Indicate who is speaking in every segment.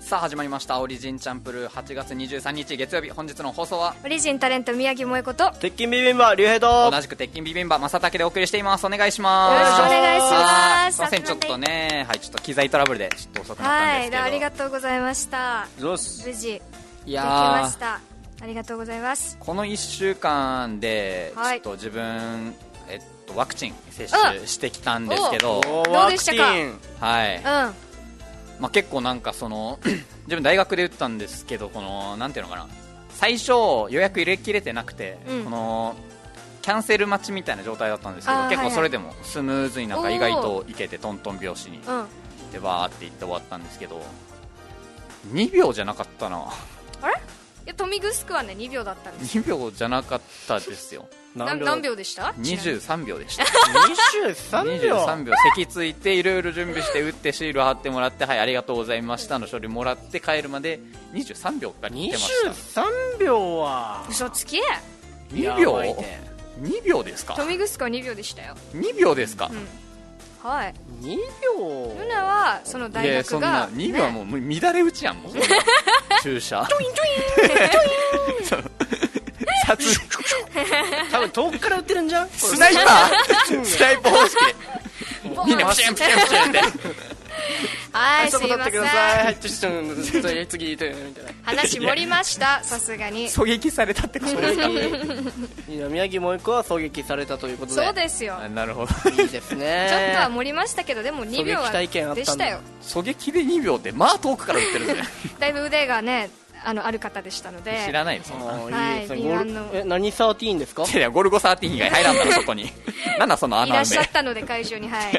Speaker 1: さあ始まりましたオリジンチャンプルー8月23日月曜日本日の放送は
Speaker 2: オリジンタレント宮城萌子と
Speaker 3: 鉄筋ビビンバ竜兵と
Speaker 1: 同じく鉄筋ビビンバ正竹でお送りしていますお願いします
Speaker 2: よろしくお願いします
Speaker 1: はいすいませんちょっとねはいちょっと機材トラブルでちょっと遅くなったん
Speaker 2: は
Speaker 1: です
Speaker 2: い
Speaker 1: けど
Speaker 2: ありがとうございました
Speaker 3: どうす
Speaker 2: 無事
Speaker 1: い
Speaker 2: でき
Speaker 1: やー
Speaker 2: ましたありがとうございます
Speaker 1: この1週間でちょ
Speaker 2: は
Speaker 1: っ
Speaker 2: い
Speaker 1: と自分えっとワクチン接種してきたんですけど
Speaker 3: お
Speaker 2: どうでしたか、
Speaker 3: ワクチン
Speaker 1: はいう
Speaker 2: ん
Speaker 1: まあ、結構なんかその 自分大学で打ったんですけどこのなんていうのかな最初予約入れきれてなくて、
Speaker 2: うん
Speaker 1: このキャンセル待ちみたいな状態だったんですけど
Speaker 2: あー
Speaker 1: 結構
Speaker 2: はいはい
Speaker 1: それでもスムーズになん
Speaker 2: お
Speaker 1: か
Speaker 2: ー
Speaker 1: 意外といけてトントン拍子に
Speaker 2: うん
Speaker 1: でバーって行って終わったんですけど2秒じゃなかったな
Speaker 2: あれいやトミグスクはね2秒だったんです
Speaker 1: 2秒じゃなかったですよ
Speaker 2: な何秒でした
Speaker 1: 23秒でした
Speaker 3: 23秒
Speaker 1: 23秒席ついていろいろ準備して打ってシール貼ってもらってはいありがとうございましたの書類もらって帰るまで23秒かかってました
Speaker 3: 23秒は
Speaker 2: 嘘つき
Speaker 1: 2秒
Speaker 3: やばいね
Speaker 1: 2秒ですか
Speaker 2: トミグスクは2秒でしたよ
Speaker 1: 2秒ですか、
Speaker 2: うんはい
Speaker 3: 2秒
Speaker 2: ルナはその
Speaker 1: い
Speaker 2: 大
Speaker 1: やそ
Speaker 2: 学
Speaker 1: ん
Speaker 2: が
Speaker 1: な2秒は
Speaker 2: ね
Speaker 1: もう乱れ打ちやんもう注射トゥイントゥイントゥイン
Speaker 3: 多分遠くから打ってるんじゃん
Speaker 1: スナイパースナイパー方式でみんなプシュンプシュンプシュンって
Speaker 2: は
Speaker 3: はいい
Speaker 2: す
Speaker 3: そ
Speaker 2: い
Speaker 3: こ取っ
Speaker 2: ま
Speaker 3: て
Speaker 2: せ
Speaker 3: く
Speaker 2: ん
Speaker 3: ださいはいちょちょちょちょ次とみたいな
Speaker 2: 話盛りましたさすがに
Speaker 1: 狙撃されたってことですか
Speaker 3: いや宮城もう一個は狙撃されたということで
Speaker 2: そうですよ
Speaker 1: あなるほど
Speaker 3: いいですね
Speaker 2: ちょっとは盛りましたけどでも2秒
Speaker 3: 狙撃体験あ
Speaker 2: は
Speaker 3: ったんだ
Speaker 2: でしたよ
Speaker 1: 狙撃で2秒ってまあ遠くから打ってるんですね
Speaker 2: だいぶ腕がねあのある方でしたので
Speaker 1: 知らないよそんな
Speaker 3: もう
Speaker 2: はい
Speaker 3: いですね
Speaker 2: 敏
Speaker 3: ゴ
Speaker 2: 腕の
Speaker 3: ルえ何サーティーンですか
Speaker 1: いやいやゴルゴ13以外入らんだろそこになんだその
Speaker 2: い
Speaker 1: 穴
Speaker 2: らっ
Speaker 1: 埋め
Speaker 2: しゃったので会場にはい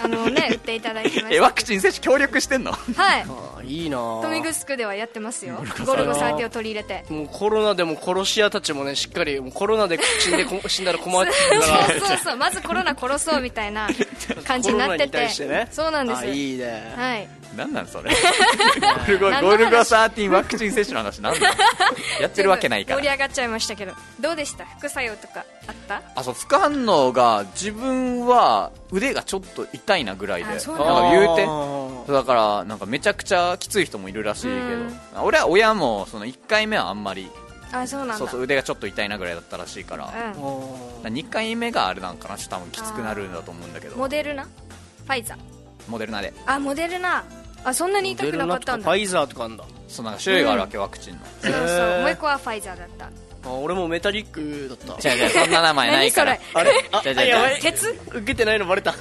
Speaker 2: あのね売っていただいてま
Speaker 1: え
Speaker 2: し
Speaker 1: ワクチン接種協力してんの
Speaker 2: たはい
Speaker 3: あーいいなぁ
Speaker 2: トミグスクではやってますよゴルゴサーティを取り入れて
Speaker 3: もうコロナでも殺し屋たちもねしっかりもうコロナで死んでこ死んだら困
Speaker 2: そ
Speaker 3: っ
Speaker 2: う
Speaker 3: てるから
Speaker 2: そうそうまずコロナ殺そうみたいな感じになっ
Speaker 3: コロナ
Speaker 2: て
Speaker 3: に
Speaker 2: て
Speaker 3: 対してね
Speaker 2: そうなんです
Speaker 3: あいいね
Speaker 2: はい
Speaker 1: なんなんそれゴルゴ
Speaker 2: 何の
Speaker 1: ゴ
Speaker 2: 話
Speaker 1: ルゴ13ワクチン接種の話なんだやってるわけないか
Speaker 2: 盛り
Speaker 1: ら
Speaker 2: 上がっちゃいましたけどどうでした副作用とかあった
Speaker 1: あそう副反応が自分は腕がちょっと痛いなぐらいで
Speaker 2: あそう
Speaker 1: なん
Speaker 2: なんだ
Speaker 1: か言うて
Speaker 3: あー
Speaker 1: だからなんかめちゃくちゃきつい人もいるらしいけど、俺は親もその1回目はあんまり
Speaker 2: あそうなん
Speaker 1: そ
Speaker 2: だ
Speaker 1: うそう腕がちょっと痛いなぐらいだったらしいから
Speaker 2: うん
Speaker 1: 2回目があれなんかなちょっと多分きつくなるんだと思うんだけど
Speaker 2: モデルナファイザー
Speaker 1: モデルナで
Speaker 2: あモデルナあそんなに痛くなかったんだ
Speaker 3: ファイザーとかあんだ
Speaker 1: そうなんか種類があるわけ、ワクチンの
Speaker 2: そうそう
Speaker 3: へー
Speaker 2: もう一個はファイザーだった
Speaker 3: あ俺もメタリックだった
Speaker 1: 違う違うそんな名前ないから
Speaker 2: 何
Speaker 3: あれあ
Speaker 1: 違う違う違う
Speaker 3: やばい
Speaker 2: 鉄
Speaker 3: 受けてないのバレた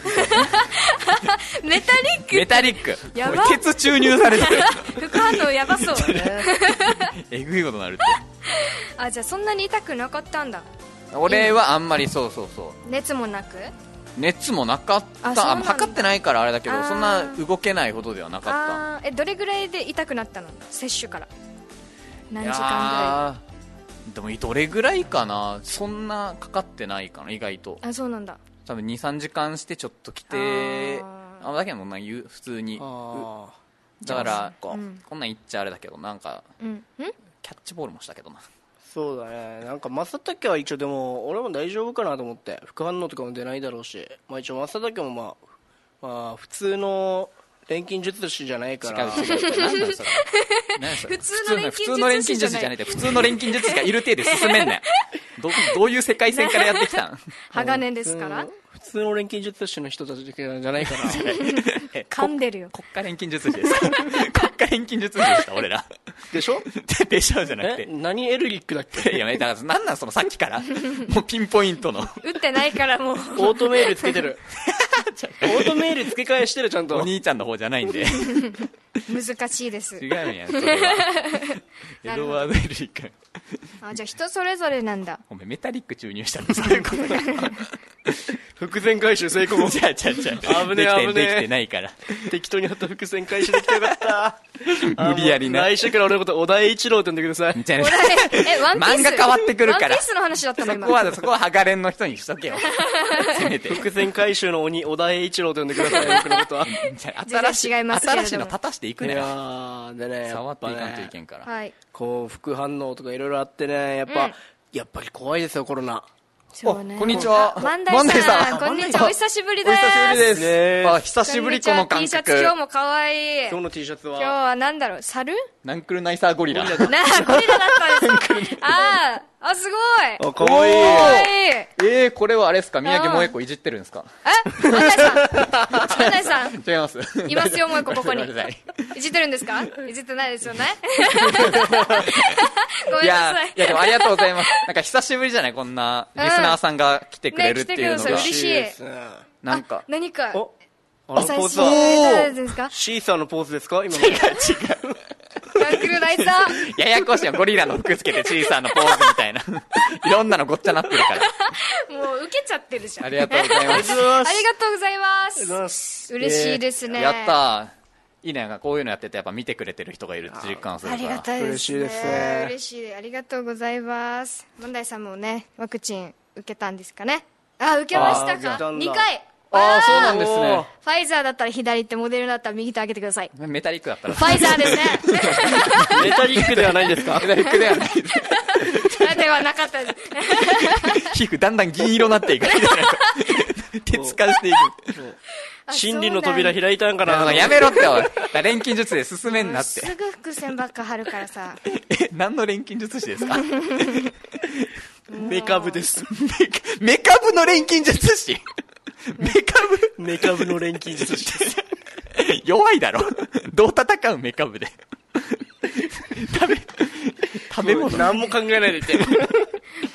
Speaker 2: メタリック
Speaker 1: メタリック
Speaker 2: やば
Speaker 1: もう鉄注入されてる
Speaker 2: 副反応やばそう
Speaker 1: えぐいことになるって
Speaker 2: あじゃあそんなに痛くなかったんだ
Speaker 1: 俺はあんまりそうそうそう
Speaker 2: 熱もなく
Speaker 1: 熱もなかった
Speaker 2: あそうなんだ
Speaker 1: 測ってないからあれだけ
Speaker 2: あ
Speaker 1: ど
Speaker 2: ー
Speaker 1: そんな動けないほどではなかっ
Speaker 2: あーえどれぐらいで痛くなったの接種から
Speaker 1: た
Speaker 2: 何時間
Speaker 1: いやーでもどれぐらいかなそんなかかってないかな意外と
Speaker 2: ぐらいあそうなんだ
Speaker 1: 多分23時間してちょっと来て
Speaker 2: あ
Speaker 1: あだけどもな言う普通に
Speaker 3: あ
Speaker 1: だからこ
Speaker 2: うん
Speaker 1: んなん言っちゃあれだけどなんか
Speaker 2: うんん
Speaker 1: キャッチボールもしたけどな
Speaker 3: そうだねなんか正竹は一応でも俺も大丈夫かなと思って副反応とかも出ないだろうし、まあ、一応正竹もまあ、まあ、普通の錬金術師じゃな
Speaker 1: 違
Speaker 3: い
Speaker 1: う違う違う
Speaker 3: から
Speaker 1: 何だよ それ何だよそれ
Speaker 2: 普通の錬金術
Speaker 1: 普通の錬金術師
Speaker 2: 師
Speaker 1: じゃないって普通の錬金術師がいる手で進めんねんどどういう世界線からやってきたん
Speaker 2: 鋼ですから
Speaker 3: 普通の錬金術師の人たちじゃないから
Speaker 2: 噛んでるよ
Speaker 1: 国家錬金術師です 国家錬金術師でした俺ら
Speaker 3: でしょ
Speaker 1: ででしょじゃなくて
Speaker 3: え何エルリックだっけ
Speaker 1: いやめだからなんなんそのさっき からもうピンポイントの
Speaker 2: 打ってないか らもう
Speaker 3: オートメールつけてるオートメール付け替えしてるちゃん
Speaker 1: お
Speaker 3: と
Speaker 1: 兄ちゃんの方じゃないんで
Speaker 2: 難し いです
Speaker 1: 違うんやそれはエドワード・エルリック
Speaker 2: あじゃあ人それぞれなんだ
Speaker 1: お前メタリック注入したのそういうことが
Speaker 3: 伏線回収成功
Speaker 1: じゃあじゃあじゃあ
Speaker 3: 危ねえ危ねえ
Speaker 1: できてないから
Speaker 3: 適当にあった伏線回収できてよかった
Speaker 1: 無理やりな
Speaker 3: あもう来週から俺のこと小田栄一郎って呼んでください
Speaker 1: じゃあ
Speaker 2: 俺 えワンピース
Speaker 1: 漫画変わってくるから
Speaker 2: ワンピースの話だったの
Speaker 1: そ
Speaker 2: 今
Speaker 1: こは、そこは、ハガレンの人にしとけよ。せめて。
Speaker 3: 伏線回収の鬼小田栄一郎と呼んでく ださい僕のことはい
Speaker 1: じゃあ新しい、
Speaker 2: 全然違いますけれども
Speaker 1: 新しいの立たしていくね
Speaker 3: や。ーでねや
Speaker 1: 触
Speaker 3: っ
Speaker 1: って
Speaker 3: ぱ
Speaker 1: いかんといけ
Speaker 3: ね
Speaker 1: んから。
Speaker 2: はい
Speaker 3: こう副反応とかいろいろあってねやっぱ、
Speaker 2: うん
Speaker 3: やっぱり怖いですよコロナ
Speaker 2: しょうがない
Speaker 1: あこんにちは
Speaker 2: あ万代さん
Speaker 1: 万代さん
Speaker 2: こんに
Speaker 1: 万代
Speaker 2: ち
Speaker 1: さん
Speaker 2: はお久しぶり
Speaker 1: お
Speaker 2: です
Speaker 1: 久しぶりで
Speaker 3: ね
Speaker 1: す。あ、久しぶりこの
Speaker 2: こん
Speaker 1: 感
Speaker 2: にちは T
Speaker 1: 覚
Speaker 2: シャ。ツ今日も可愛い
Speaker 3: 今日の T シャツ
Speaker 2: 今
Speaker 3: は
Speaker 2: 日はなんだろう猿
Speaker 1: ナンクルナイサーゴリラ。
Speaker 2: なあゴリラだったんですあああすごい
Speaker 3: あかわいい
Speaker 1: お
Speaker 2: 可
Speaker 1: ー
Speaker 2: 愛いえ
Speaker 1: えー、これはあれですか宮城萌子いじってるんですか
Speaker 2: 万代さん万代さん
Speaker 1: 違います。
Speaker 2: いますよ、もう一個ここに
Speaker 1: ごめんなさい。
Speaker 2: いじってるんですかいじってないですよねごめ
Speaker 1: い
Speaker 2: んな
Speaker 1: や
Speaker 2: さい。、
Speaker 1: いやでもありがとうございます。なんか久しぶりじゃないこんなリスナーさんが来てくれるっていうのが。
Speaker 2: ね来てくださ嬉しい
Speaker 3: ですね
Speaker 1: なんか、
Speaker 2: 何か、
Speaker 3: おあ
Speaker 2: お
Speaker 3: の
Speaker 2: 察
Speaker 3: ポー
Speaker 2: し
Speaker 3: ズ
Speaker 2: いただい
Speaker 3: は
Speaker 2: てですか
Speaker 3: シーサーのポーズですか今の
Speaker 2: ランクルナイさん。
Speaker 1: ややこしいよ。ゴリラの服つけて小さなポーズみたいな。 いろんなのごっちゃなってるから。
Speaker 2: もう受けちゃってるじゃん。
Speaker 1: ありがとうございます。
Speaker 2: ありがとうございま。
Speaker 3: ありがとうございますす
Speaker 2: 嬉しいですね。
Speaker 1: やったー。いいね。なんかこういうのやってて、やっぱ見てくれてる人がいるって実感する
Speaker 2: あ
Speaker 1: から。
Speaker 2: りがたいですね。
Speaker 3: 嬉しいですね
Speaker 2: 嬉しい。ありがとうございます。問題さんもね、ワクチン受けたんですかね。あ、受けまし
Speaker 3: あ
Speaker 2: た
Speaker 3: ー受けた
Speaker 2: か
Speaker 3: んだ
Speaker 2: 二回。
Speaker 1: ああ、そうなん
Speaker 2: ー
Speaker 1: ですね。
Speaker 2: ファイザーだったら左手、モデルだったら右手上げてください。フ
Speaker 1: メタリックだった ら。
Speaker 2: ァイザーですね。
Speaker 3: メタリックではないんですか
Speaker 1: メタリックではない。
Speaker 2: ではなかったです。
Speaker 1: 皮膚だんだん銀色になっていく。手つかしていく。
Speaker 3: 心理の扉
Speaker 2: 開
Speaker 3: 開いたんかな
Speaker 1: やめろって、おい。錬金術で進めんなっ
Speaker 2: す
Speaker 1: て。
Speaker 2: ぐ伏線ばっか貼るからさ。
Speaker 1: え、何の錬金術師 ですか
Speaker 3: メカブです
Speaker 1: メカメカブの錬金術師メカブ
Speaker 3: メカブの錬金術師です
Speaker 1: 弱いだろ。どう戦うメカブで。食べ、食べ物。
Speaker 3: 何も考えないでいて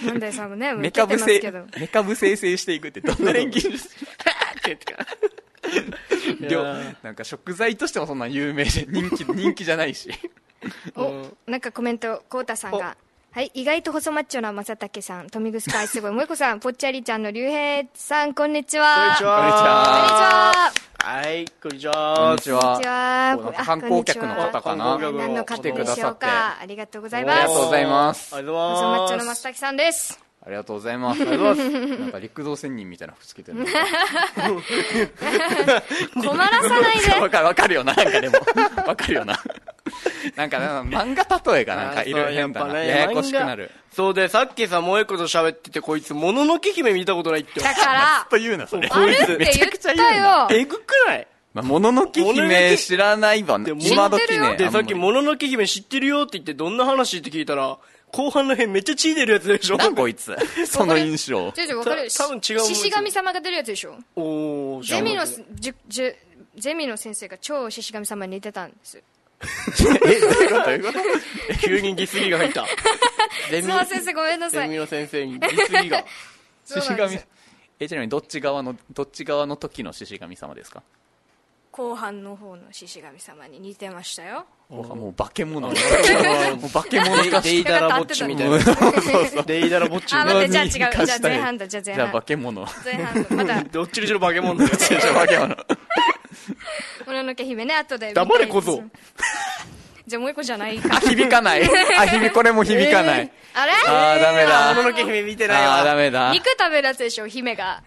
Speaker 2: 問題さんも ね、もう
Speaker 1: メ
Speaker 2: 受
Speaker 1: カ
Speaker 2: けて
Speaker 1: ブ
Speaker 2: ます
Speaker 1: 生
Speaker 2: けど。、
Speaker 1: メカブ生成していくってどんな錬金術師料なんか食材としてもそんな有名で人 気人気じゃないし
Speaker 2: お、なんかコメント、こうたさんが。はい、意外と細マッチョな正竹さん、富城愛すごい、萌子さん、ぽっちゃりちゃんの竜兵さん、こんにちは。
Speaker 3: こんにちは
Speaker 1: こんにちは
Speaker 3: はいこんにち
Speaker 1: こん
Speaker 3: は
Speaker 1: にち
Speaker 2: こん
Speaker 1: は
Speaker 2: にちは。こんにちは。
Speaker 1: あ観光客の方か
Speaker 2: あ
Speaker 1: な
Speaker 2: こんにちは何の方
Speaker 1: 来てく
Speaker 2: で
Speaker 1: だ
Speaker 2: しょ
Speaker 1: さ
Speaker 2: う
Speaker 1: って
Speaker 2: か。ありがとうござい
Speaker 1: あ
Speaker 2: ま
Speaker 1: りがとうご
Speaker 2: す。
Speaker 1: ざいます
Speaker 3: ありが
Speaker 2: 細
Speaker 3: とう
Speaker 2: マッ
Speaker 3: ご
Speaker 2: チョ
Speaker 3: ざい
Speaker 2: の
Speaker 3: ま
Speaker 2: 松
Speaker 3: す
Speaker 2: 竹さんです。
Speaker 1: ありがとうござい ますなんか陸道仙人みたいな服つけてるの
Speaker 2: 困らさないで。
Speaker 1: わかるわかるよななんかでも わかるよななんかなんか漫画例えがなんかいろいろ変だなややこしくなる
Speaker 3: そうでさっきさ萌子と喋っててこいつもののけ姫見たことないって
Speaker 2: だから
Speaker 1: と、言うなそれ
Speaker 2: あるって
Speaker 1: めちゃ
Speaker 2: 言
Speaker 1: く
Speaker 2: っ
Speaker 1: ちゃ言
Speaker 2: た
Speaker 1: うな
Speaker 2: よ。
Speaker 3: えぐくない
Speaker 1: まあもののけ
Speaker 3: ものの
Speaker 1: 姫
Speaker 3: け
Speaker 1: 知らないわ
Speaker 3: でも
Speaker 1: 今時
Speaker 2: 知ってる
Speaker 1: ね
Speaker 2: よ
Speaker 1: あ
Speaker 3: で
Speaker 1: ん
Speaker 3: さ
Speaker 1: ま
Speaker 3: っ
Speaker 1: り
Speaker 3: きもののけ姫知ってるよって言ってどんな話って聞いたら後半の辺めっちゃ血出るやつでしょ
Speaker 1: なんこいつ その印 象
Speaker 2: ちょいちょいわかる
Speaker 3: た多分違うもん
Speaker 2: し獅子神様が出るやつでしょ
Speaker 3: おー
Speaker 2: ゼミの
Speaker 3: 知らなかっ
Speaker 2: じゅじゅゼミの先生が超獅子神様に似てたんです
Speaker 1: えどういうことどういうこと
Speaker 3: た急にディスリが 入ったゼ
Speaker 2: すみません先生ごめんなさ
Speaker 3: ゼ
Speaker 2: い
Speaker 3: ミの先生にディスリが
Speaker 2: そう
Speaker 1: 獅
Speaker 2: な
Speaker 1: 子
Speaker 2: んです
Speaker 1: 神 えちなみにどっち側のどっち側の時の獅子神様ですか
Speaker 2: 後半の方の獅子神様に似てましたよ
Speaker 1: もうもう化け 物もう化け物化
Speaker 3: デイ
Speaker 1: し
Speaker 3: ダ
Speaker 1: て
Speaker 3: ラぼっちみたいなデイダラぼっちみ
Speaker 2: あ
Speaker 3: たい
Speaker 2: 待
Speaker 3: な
Speaker 2: ってじゃあ違うじゃ
Speaker 1: 化
Speaker 2: あ
Speaker 1: したい
Speaker 2: 前半だじゃあ 前
Speaker 1: じゃあ
Speaker 2: 半
Speaker 1: 化け物
Speaker 2: 前半ま だ
Speaker 3: どっちにしろ化け物だよ
Speaker 1: 化け物
Speaker 2: もののけ姫ね後で見たいです
Speaker 3: 黙れ小 僧
Speaker 2: じゃあもう一個じゃないか
Speaker 1: あ 響か ないあ響これも響かない、
Speaker 2: あれ
Speaker 1: あーダメだ
Speaker 3: もののけ姫見てない
Speaker 1: ああー
Speaker 3: わ
Speaker 1: ダメだ
Speaker 2: 肉食べるやつでしょ姫 が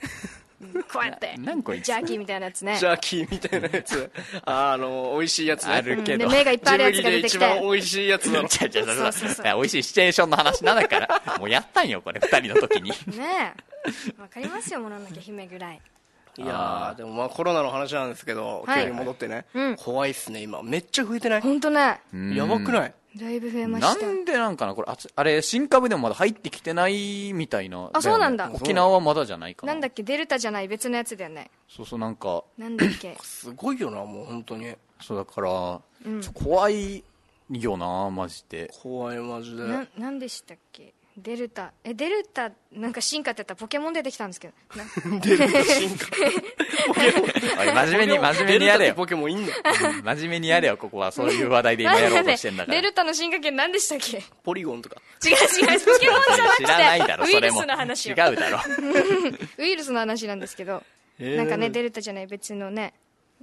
Speaker 2: こうやって
Speaker 1: ななんこいつ
Speaker 2: ジャーキーみたいなやつね
Speaker 3: ジャーキーみたいなやつあーあの美味しいやつね
Speaker 1: あるけ
Speaker 2: で
Speaker 1: ど
Speaker 2: 目がいっぱいあるやつ
Speaker 3: ジ
Speaker 2: が
Speaker 3: ブリ
Speaker 2: 出
Speaker 3: で
Speaker 2: てき
Speaker 3: 一
Speaker 2: て
Speaker 3: 番美味しい やつだろ
Speaker 1: ちゃちゃちゃ
Speaker 2: そうそうそう
Speaker 1: 美味しいシチュエーションの話なんだ からもうやったんよこれ二人の時に
Speaker 2: ねえわかりますよもののけ姫ぐらい
Speaker 3: いやーでもまあコロナの話なんですけど
Speaker 2: はい
Speaker 3: 急に戻ってね
Speaker 2: うん
Speaker 3: 怖いっすね今めっちゃ増えてない
Speaker 2: 本当ね
Speaker 3: やばくない
Speaker 2: だいぶ増え ま
Speaker 1: な
Speaker 2: した
Speaker 1: んでなんかなこれあつあれ新株でもまだ入ってきてないみたいな
Speaker 2: あそうなんだ
Speaker 1: よね沖縄はまだじゃないかな
Speaker 2: なんだっけデルタじゃない別のやつだよね
Speaker 1: そうそうなんか
Speaker 2: なんだっけ
Speaker 3: すごいよなもう本当に
Speaker 1: そうだから、ちょ怖いよなマジ で
Speaker 3: 怖いマジで
Speaker 2: ななんでしたっけデルタえデルタなんか進化ってやったらポケモン出てきたんですけど
Speaker 1: お
Speaker 2: な
Speaker 1: い真面目に真面目にやれ
Speaker 3: デルタって
Speaker 1: よ
Speaker 3: ポケモンい んの
Speaker 1: 真面目にやれよここはそういう話題で今やろうとしてんだから
Speaker 2: デルタの進化系なんでしたっけ違う
Speaker 3: ポリゴンとか
Speaker 2: 違うポケモンじゃなくて
Speaker 1: 知らないだろ
Speaker 2: ウ
Speaker 1: そ
Speaker 2: イ
Speaker 1: れ
Speaker 2: ル
Speaker 1: も
Speaker 2: スの話
Speaker 1: 違
Speaker 2: よ
Speaker 1: うだろ
Speaker 2: ウイルスの話なんですけど、
Speaker 3: えー
Speaker 2: なんかねデルタじゃない別のね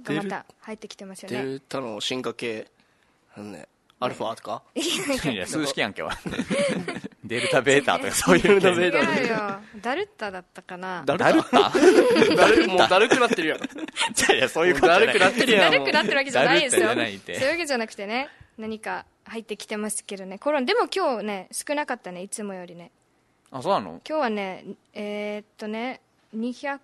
Speaker 2: がま
Speaker 3: デ
Speaker 2: た入ってきてますよ
Speaker 3: デ
Speaker 2: ね
Speaker 3: ルタの進化系あのねアルファとか
Speaker 1: いや数式やん けはデルタベータとかそういう
Speaker 3: デ
Speaker 2: 違
Speaker 3: ルタ
Speaker 2: うよダルタだったかな
Speaker 1: ダルタ
Speaker 3: だるもうだるくなって るやん
Speaker 1: じゃ あいやそういうことじゃ
Speaker 3: だ
Speaker 1: ない
Speaker 3: るくなってるや
Speaker 2: ダ
Speaker 3: ん
Speaker 2: ルくなってるわけじゃないですよ
Speaker 1: ダ
Speaker 2: そう
Speaker 1: ルっ
Speaker 2: い
Speaker 1: てじゃないう
Speaker 2: わけじゃなくてね何か入ってきてますけどねコロナでも今日ね少なかったねいつもよりね
Speaker 1: あそうなの
Speaker 2: 今日はねえーっとね280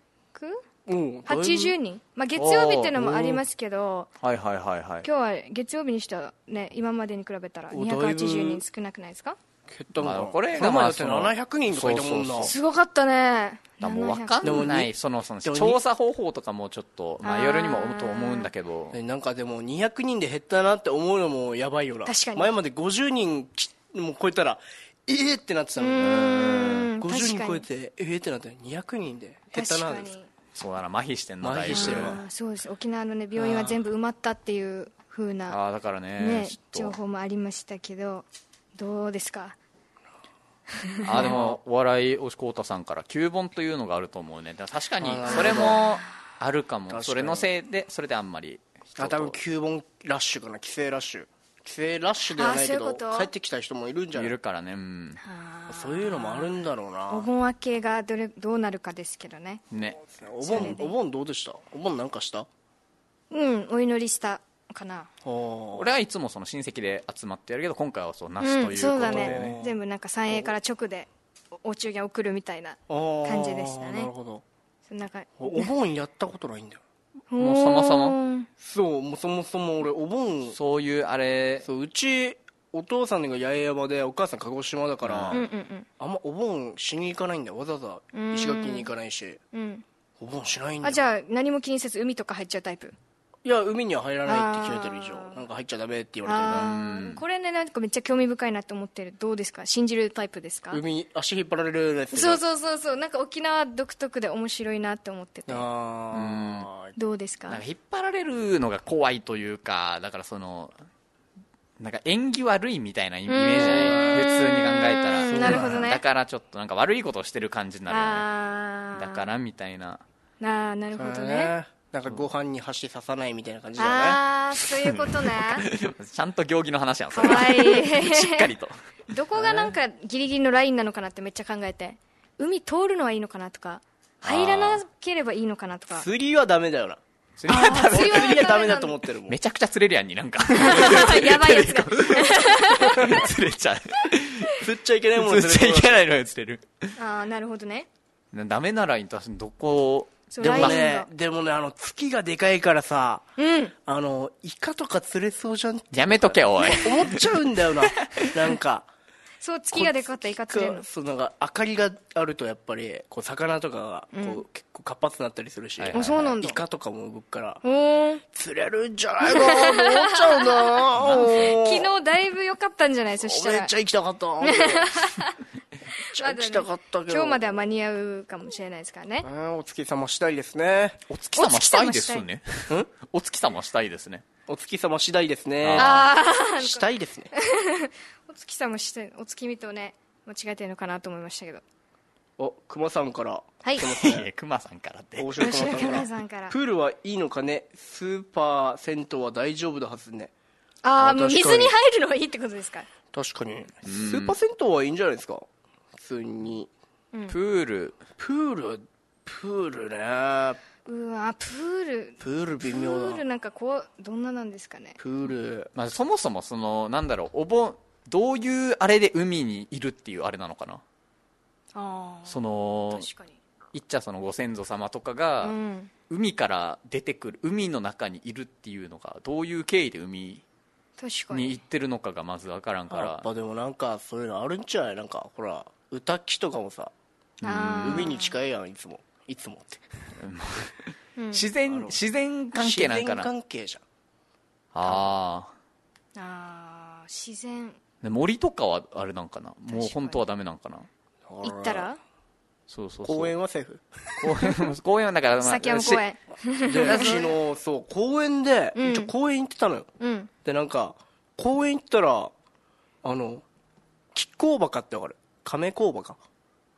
Speaker 3: うん
Speaker 2: 人、まあ、月曜日ってのもありますけど
Speaker 1: はいはいはいはい
Speaker 2: 今日は月曜日にしてはね今までに比べたら
Speaker 3: おだいぶ
Speaker 2: 280人少なくないですか
Speaker 3: 減ったのかな
Speaker 1: まあこれが
Speaker 3: この
Speaker 1: ま
Speaker 3: 前
Speaker 1: あ
Speaker 3: だって
Speaker 1: その
Speaker 3: 700人とかいたもんな
Speaker 1: そうそうそ
Speaker 2: すごかったね
Speaker 1: だからもう分か
Speaker 2: 700
Speaker 1: んな
Speaker 3: でも
Speaker 1: いそのその
Speaker 3: でも
Speaker 1: 調査方法とかもちょっと、ま
Speaker 2: あ
Speaker 1: あ、
Speaker 2: ー
Speaker 1: 夜にもと思うんだけど
Speaker 3: ねなんかでも200人で減ったなって思うのもやばいよな
Speaker 2: 確かに
Speaker 3: 前まで50人きもう超えたらええってなってたの
Speaker 2: うーん
Speaker 3: 50
Speaker 2: 確
Speaker 3: 人
Speaker 2: か
Speaker 3: 超え
Speaker 2: に
Speaker 3: てええってなって200人で減った
Speaker 2: 確
Speaker 3: な
Speaker 2: か
Speaker 3: って
Speaker 2: に
Speaker 1: そうだな麻痺してんな
Speaker 3: 麻
Speaker 1: だい
Speaker 3: 痺してるわ
Speaker 1: ぶ
Speaker 2: あーそうです沖縄のね病院は全部埋まったっていう風な
Speaker 1: ああだからね
Speaker 2: ね
Speaker 1: ちょ
Speaker 2: 情
Speaker 1: っと
Speaker 2: 報もありましたけどどうですか
Speaker 1: あーでもお笑い推しこうたさんから旧本というのがあると思うねだから確かに
Speaker 3: あーなるほど
Speaker 1: それもあるかも
Speaker 3: かに
Speaker 1: それのせいでそれであんまり人
Speaker 3: あ
Speaker 1: と
Speaker 3: 多分9本ラッシュかな帰省ラッシュ帰省ラッシュではないけ
Speaker 2: あそうい
Speaker 3: ど
Speaker 2: うこと
Speaker 3: 帰ってきた人もいるんじゃないい
Speaker 1: るからねうん
Speaker 3: そういうのもあるんだろう
Speaker 2: お
Speaker 3: な
Speaker 2: 盆明けがどれどうなるかですけどね
Speaker 1: ね
Speaker 3: お
Speaker 2: それ
Speaker 3: 盆
Speaker 2: で
Speaker 3: お盆どうでしたお盆なんかした
Speaker 2: うんお祈りしたかな
Speaker 3: お
Speaker 1: 俺はいつもその親戚で集まってやるけど今回はそうなしといううこと
Speaker 2: ん
Speaker 1: で、
Speaker 2: そうだ
Speaker 1: ね
Speaker 2: ね全部なんか三栄から直でおお中元送るみたいな感
Speaker 3: 感
Speaker 2: じでしたね
Speaker 3: なるほど
Speaker 2: そんな感じ
Speaker 3: おお盆やったことないんだよ
Speaker 1: もうそもそも
Speaker 2: うん
Speaker 3: そうもうそもそも俺お盆
Speaker 1: そういうあれ
Speaker 3: そううちお父さんが八重山でお母さん鹿児島だから、
Speaker 1: うん
Speaker 2: うんうん
Speaker 3: あんまお盆しに行かないんだよわざわざ石垣に行かないし
Speaker 2: うん
Speaker 3: お盆しないんだ
Speaker 2: あ
Speaker 3: よ
Speaker 2: じゃあ何も気にせず海とか入っちゃうタイプ
Speaker 3: いや海には入らないって決めてる以上
Speaker 2: あー
Speaker 3: なんか入っちゃダメって言われてるか
Speaker 2: あーこれねなんかめっちゃ興味深いなと思ってるどうですか信じるタイプですから
Speaker 3: 海足引っ張られるやつ
Speaker 2: そう
Speaker 3: う
Speaker 2: そうそうそうなんか沖縄独特で面白いなって思ってて
Speaker 3: あ
Speaker 2: どうですか
Speaker 1: なんか引っ張られるのが怖いというかだからそのなんか縁起悪いみたいなイメージじゃない普通に考えた
Speaker 2: う
Speaker 1: ら
Speaker 2: んなるほどね
Speaker 1: だからちょっとなんか悪いことをしてる感じになるよね
Speaker 2: あ
Speaker 1: だかららみたいな
Speaker 2: あーなる
Speaker 3: あ
Speaker 2: ほどね
Speaker 3: なんかご飯に箸刺さないみたいな感じだよね
Speaker 2: ああーそういうことね
Speaker 1: ちゃんと行儀の話やんそ
Speaker 2: か
Speaker 1: れ
Speaker 2: わい
Speaker 1: しっかりと
Speaker 2: い どこがなんかギリギリのラインなのかなってめっちゃ考えて海通るのはいいのかなとか入らなければいいのかなとか
Speaker 3: 釣りはダメだよな
Speaker 1: 釣り方
Speaker 2: 釣
Speaker 3: 釣
Speaker 2: り
Speaker 3: り
Speaker 2: は
Speaker 3: はダメだと思ってるもん
Speaker 1: めちゃくちゃ釣れるやんになん か
Speaker 2: やばいやつが
Speaker 1: 釣れちゃう
Speaker 3: 釣っちゃいけないもの
Speaker 1: 釣っちゃいけないのよ釣れる
Speaker 2: ああなるほどね
Speaker 1: ダメなら私どこ
Speaker 2: そう
Speaker 3: で
Speaker 2: ライン
Speaker 3: も
Speaker 2: が、
Speaker 3: ねでもねあの月がでかいからさ
Speaker 2: うん
Speaker 3: あのイカとか釣れそうじゃんって
Speaker 1: やめとけおい
Speaker 3: 思っちゃうん だよななんか
Speaker 2: そう月がでかったらイカ釣れるの
Speaker 3: そうなんか明かりがあるとやっぱりこう魚とかがこう、結構活発になったりするし、
Speaker 1: はいはい
Speaker 2: あそうなんだ
Speaker 3: イカとかも動くから
Speaker 2: おー
Speaker 3: 釣れるんじゃないかなって思っちゃうんだよな
Speaker 2: 昨日だいぶ良かったんじゃないそした
Speaker 3: めっ
Speaker 2: ら
Speaker 3: ちゃ行きた かっためっ
Speaker 2: まだね
Speaker 3: ちゃ行きたかったけど、
Speaker 2: 今日までは間に合うかもしれないですからね
Speaker 3: うんお月様したいですね
Speaker 1: お月様したいですねお月様したいですね
Speaker 3: お月様次第ですね
Speaker 1: あ
Speaker 3: したいですね
Speaker 2: お月さんもしてお月見とね間違えてるのかなと思いましたけど
Speaker 3: お熊さんから
Speaker 2: はい
Speaker 1: いやクマさんからって
Speaker 3: 大城
Speaker 2: 吉
Speaker 3: 熊さん
Speaker 2: 田
Speaker 3: から
Speaker 2: さんから
Speaker 3: プールはいいのかねスーパー銭湯は大丈夫だはずね
Speaker 2: ああ
Speaker 3: あ
Speaker 2: もう
Speaker 3: 確か
Speaker 2: 水
Speaker 3: に
Speaker 2: に入るのはいいってことですか
Speaker 3: 確かにスーパー銭湯はいいんじゃないですか普通に
Speaker 1: プール
Speaker 3: プールプールね
Speaker 2: うわプール
Speaker 3: プール微
Speaker 2: プ
Speaker 3: 妙だ
Speaker 2: ールなんかこうどんななんですかね
Speaker 3: プール
Speaker 1: まあ、そもそもそのなんだろうお盆どういうあれで海にいるっていうあれなのかな
Speaker 2: あ
Speaker 1: その
Speaker 2: 確かに
Speaker 1: いっちゃそのご先祖様とかが、
Speaker 2: うん
Speaker 1: 海から出てくる海の中にいるっていうのがどういう経緯で海
Speaker 2: 確か
Speaker 1: に
Speaker 2: に
Speaker 1: 行ってるのかがまず分からんか
Speaker 3: やっぱ
Speaker 1: ら
Speaker 3: でもなんかそういうのあるんじゃないなんかほら歌木とかもさ
Speaker 2: あー
Speaker 3: 海に近いやんいつもいつもって
Speaker 1: 自然自然関係なんか
Speaker 3: 自然
Speaker 1: な
Speaker 3: 関係じゃん
Speaker 1: ああ
Speaker 2: あー自然
Speaker 1: で森とかはあれなんかな
Speaker 2: か
Speaker 1: もう
Speaker 2: に
Speaker 1: 本当はダメなんかな
Speaker 2: 行ったら
Speaker 1: そうそうそう
Speaker 3: 公園はセ ーフ
Speaker 1: 公園も公園はだから、まあ
Speaker 2: 崎山公園
Speaker 3: で昨日そう公園で、
Speaker 2: ん
Speaker 3: 一応公園行ってたのよ
Speaker 2: うん
Speaker 3: でなんか公園行ったらあの亀甲バカってわかる亀甲バカ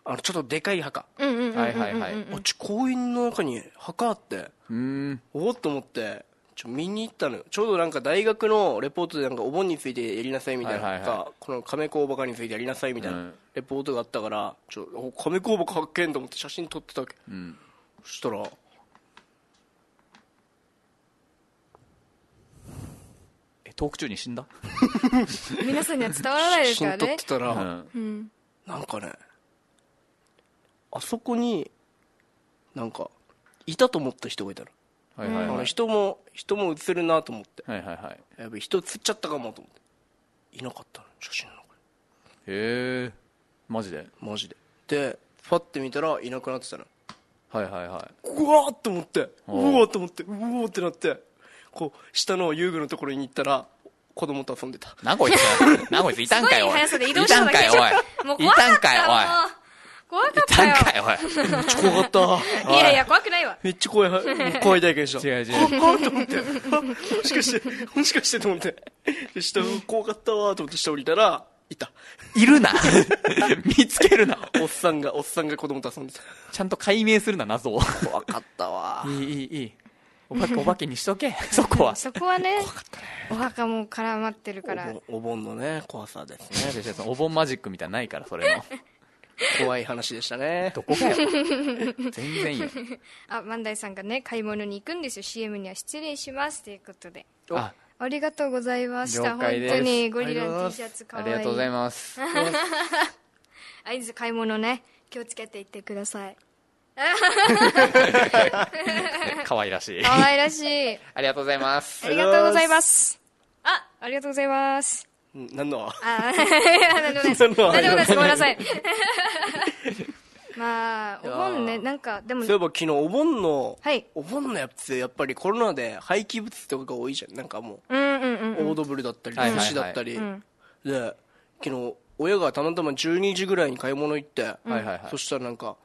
Speaker 3: あのちょっとでかい墓、
Speaker 2: うんうんうんうんうんうん
Speaker 1: はいはいはい
Speaker 3: あっち公園の中に墓あって
Speaker 1: うーん
Speaker 3: おおっと思ってちょ見に行ったのよちょうどなんか大学のレポートでなんかお盆についてやりなさいみたいな、
Speaker 1: はいはいはい
Speaker 3: かこの亀甲バカについてやりなさいみたい
Speaker 1: うん
Speaker 3: なレポートがあったからちょお亀甲バカ発見と思って写真撮ってたわけ
Speaker 1: うん
Speaker 3: そしたら
Speaker 1: えトーク中に死んだ、
Speaker 2: 皆さんには伝わらないで
Speaker 3: 写
Speaker 2: すか
Speaker 3: 真
Speaker 2: ら
Speaker 3: 撮っ
Speaker 2: ね
Speaker 3: てた
Speaker 1: う
Speaker 3: ら、
Speaker 1: ん、
Speaker 2: うん
Speaker 3: なんかねあそこになんかいたと思った人がいたの、
Speaker 1: はいはい
Speaker 3: あ
Speaker 1: は
Speaker 3: の
Speaker 1: い
Speaker 3: 人も人も映るなと思って
Speaker 1: はいはいはい
Speaker 3: やべ人映っちゃったかもと思っていなかったの写真の中
Speaker 1: へえマジで
Speaker 3: にマジででパッて見たらいなくなってたの
Speaker 1: はいはいは
Speaker 3: うわーって思ってう
Speaker 1: お
Speaker 3: わ
Speaker 1: う
Speaker 3: ーって思ってうわーってなってこう下の遊具のところに行ったら子供と遊んでた
Speaker 1: いなこいつ なこいついたんかいおい
Speaker 2: すごい速さで移
Speaker 1: い
Speaker 2: 動した
Speaker 1: た
Speaker 2: の
Speaker 1: ん
Speaker 2: だ
Speaker 1: か
Speaker 2: け
Speaker 1: いおい
Speaker 2: もう
Speaker 1: い
Speaker 2: 怖かった
Speaker 1: たんかいお
Speaker 2: もう怖か
Speaker 1: いい
Speaker 2: った
Speaker 1: た
Speaker 2: よ
Speaker 1: んかいおい
Speaker 3: めっ ちゃ怖かった
Speaker 2: いやいや怖くないわ
Speaker 3: めっちゃ怖い 怖い体験した
Speaker 1: 違う違う
Speaker 3: ああと思ってあもしかしてもしかしてと思ってで下怖かったわーと思って下降りたらいた
Speaker 1: いるな見つけるな
Speaker 3: おっさんがおっさんが子供と遊んでた
Speaker 1: ちゃんと解明するな謎を
Speaker 3: 怖かったわ
Speaker 1: いいいいいいお化けお化けにしと けそこは
Speaker 2: そこはねお墓も絡まってるから
Speaker 3: お盆お盆のね怖さです
Speaker 1: 違
Speaker 3: ね
Speaker 1: う違うそのお盆マジックみたいなのないからそれの
Speaker 3: 怖い話でしたね
Speaker 1: どこかよ全然いいよ
Speaker 2: あ万代さんがね買い物に行くんですよ CM には失礼しますということで
Speaker 3: お
Speaker 1: あ
Speaker 2: ありがとうございました
Speaker 1: 了
Speaker 2: 本
Speaker 1: 解です
Speaker 2: 当にゴリラの
Speaker 3: あ
Speaker 2: T シャツ
Speaker 1: あ
Speaker 2: かわ
Speaker 1: り
Speaker 2: いい
Speaker 1: がとうございます
Speaker 2: あいず買い物ね気をつけて行ってください
Speaker 1: 可愛ら しい
Speaker 2: 可愛らしい
Speaker 1: ありがとうございます
Speaker 2: ありがとうございますあありがとうございます
Speaker 3: うん何の
Speaker 2: あなんでもないですなんでもないですごめんなさい まあお盆ねなんかでも
Speaker 3: そういえば昨日お盆の、
Speaker 2: はい
Speaker 3: お盆のやつやっぱりコロナで廃棄物とかが多いじゃんなんかも
Speaker 2: うんうんうん
Speaker 3: う、オードブルだったり
Speaker 1: はいはい
Speaker 3: 寿
Speaker 1: はい
Speaker 3: 司だったり、
Speaker 2: ん
Speaker 3: で昨日親がたまたま12時ぐらいに買い物行って、
Speaker 1: はいはいはい
Speaker 3: そしたらなんか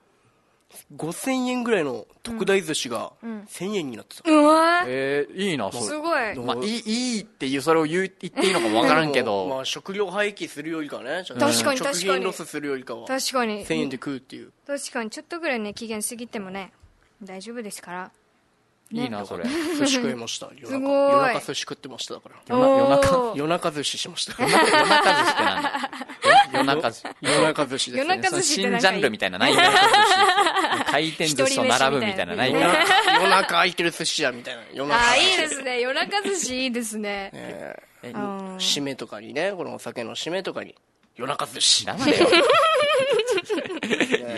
Speaker 3: 5000円ぐらいの特大寿司が1000円になってた、
Speaker 2: うわー
Speaker 1: えー、いいなそ
Speaker 2: す
Speaker 1: れ
Speaker 2: ごい
Speaker 1: まあいいいいっていうそれを言う言っていいのかもわからんけ
Speaker 3: でもま
Speaker 1: ど
Speaker 3: あ、食料廃棄するよりかはね確
Speaker 2: 確かに確かに
Speaker 3: 食品ロスするよりかは1000
Speaker 2: 確かに
Speaker 3: 円で食うっていう
Speaker 2: 確かにちょっとぐらいね期限過ぎてもね大丈夫ですから
Speaker 1: いいなそれ
Speaker 3: 寿司食いました夜
Speaker 2: す
Speaker 3: 中
Speaker 2: ごい
Speaker 3: 夜中寿司食ってましただから
Speaker 1: 夜な夜中
Speaker 2: おー
Speaker 3: 夜中寿司しました
Speaker 1: 夜 中寿司ってなんだ夜中寿司
Speaker 3: 夜中寿司です、ね、
Speaker 2: 夜中寿司
Speaker 1: 新ジャンルみたいなのないよね回転寿司と並ぶみたいなのないよ
Speaker 3: 夜
Speaker 1: ね
Speaker 3: 中夜中空いてる寿司屋みたいな夜中
Speaker 2: あーいいですね夜中寿司いいですね
Speaker 3: えー
Speaker 1: え
Speaker 2: ん
Speaker 3: 締めとかにねこのお酒の締めとかに夜中寿司
Speaker 1: 生だよ い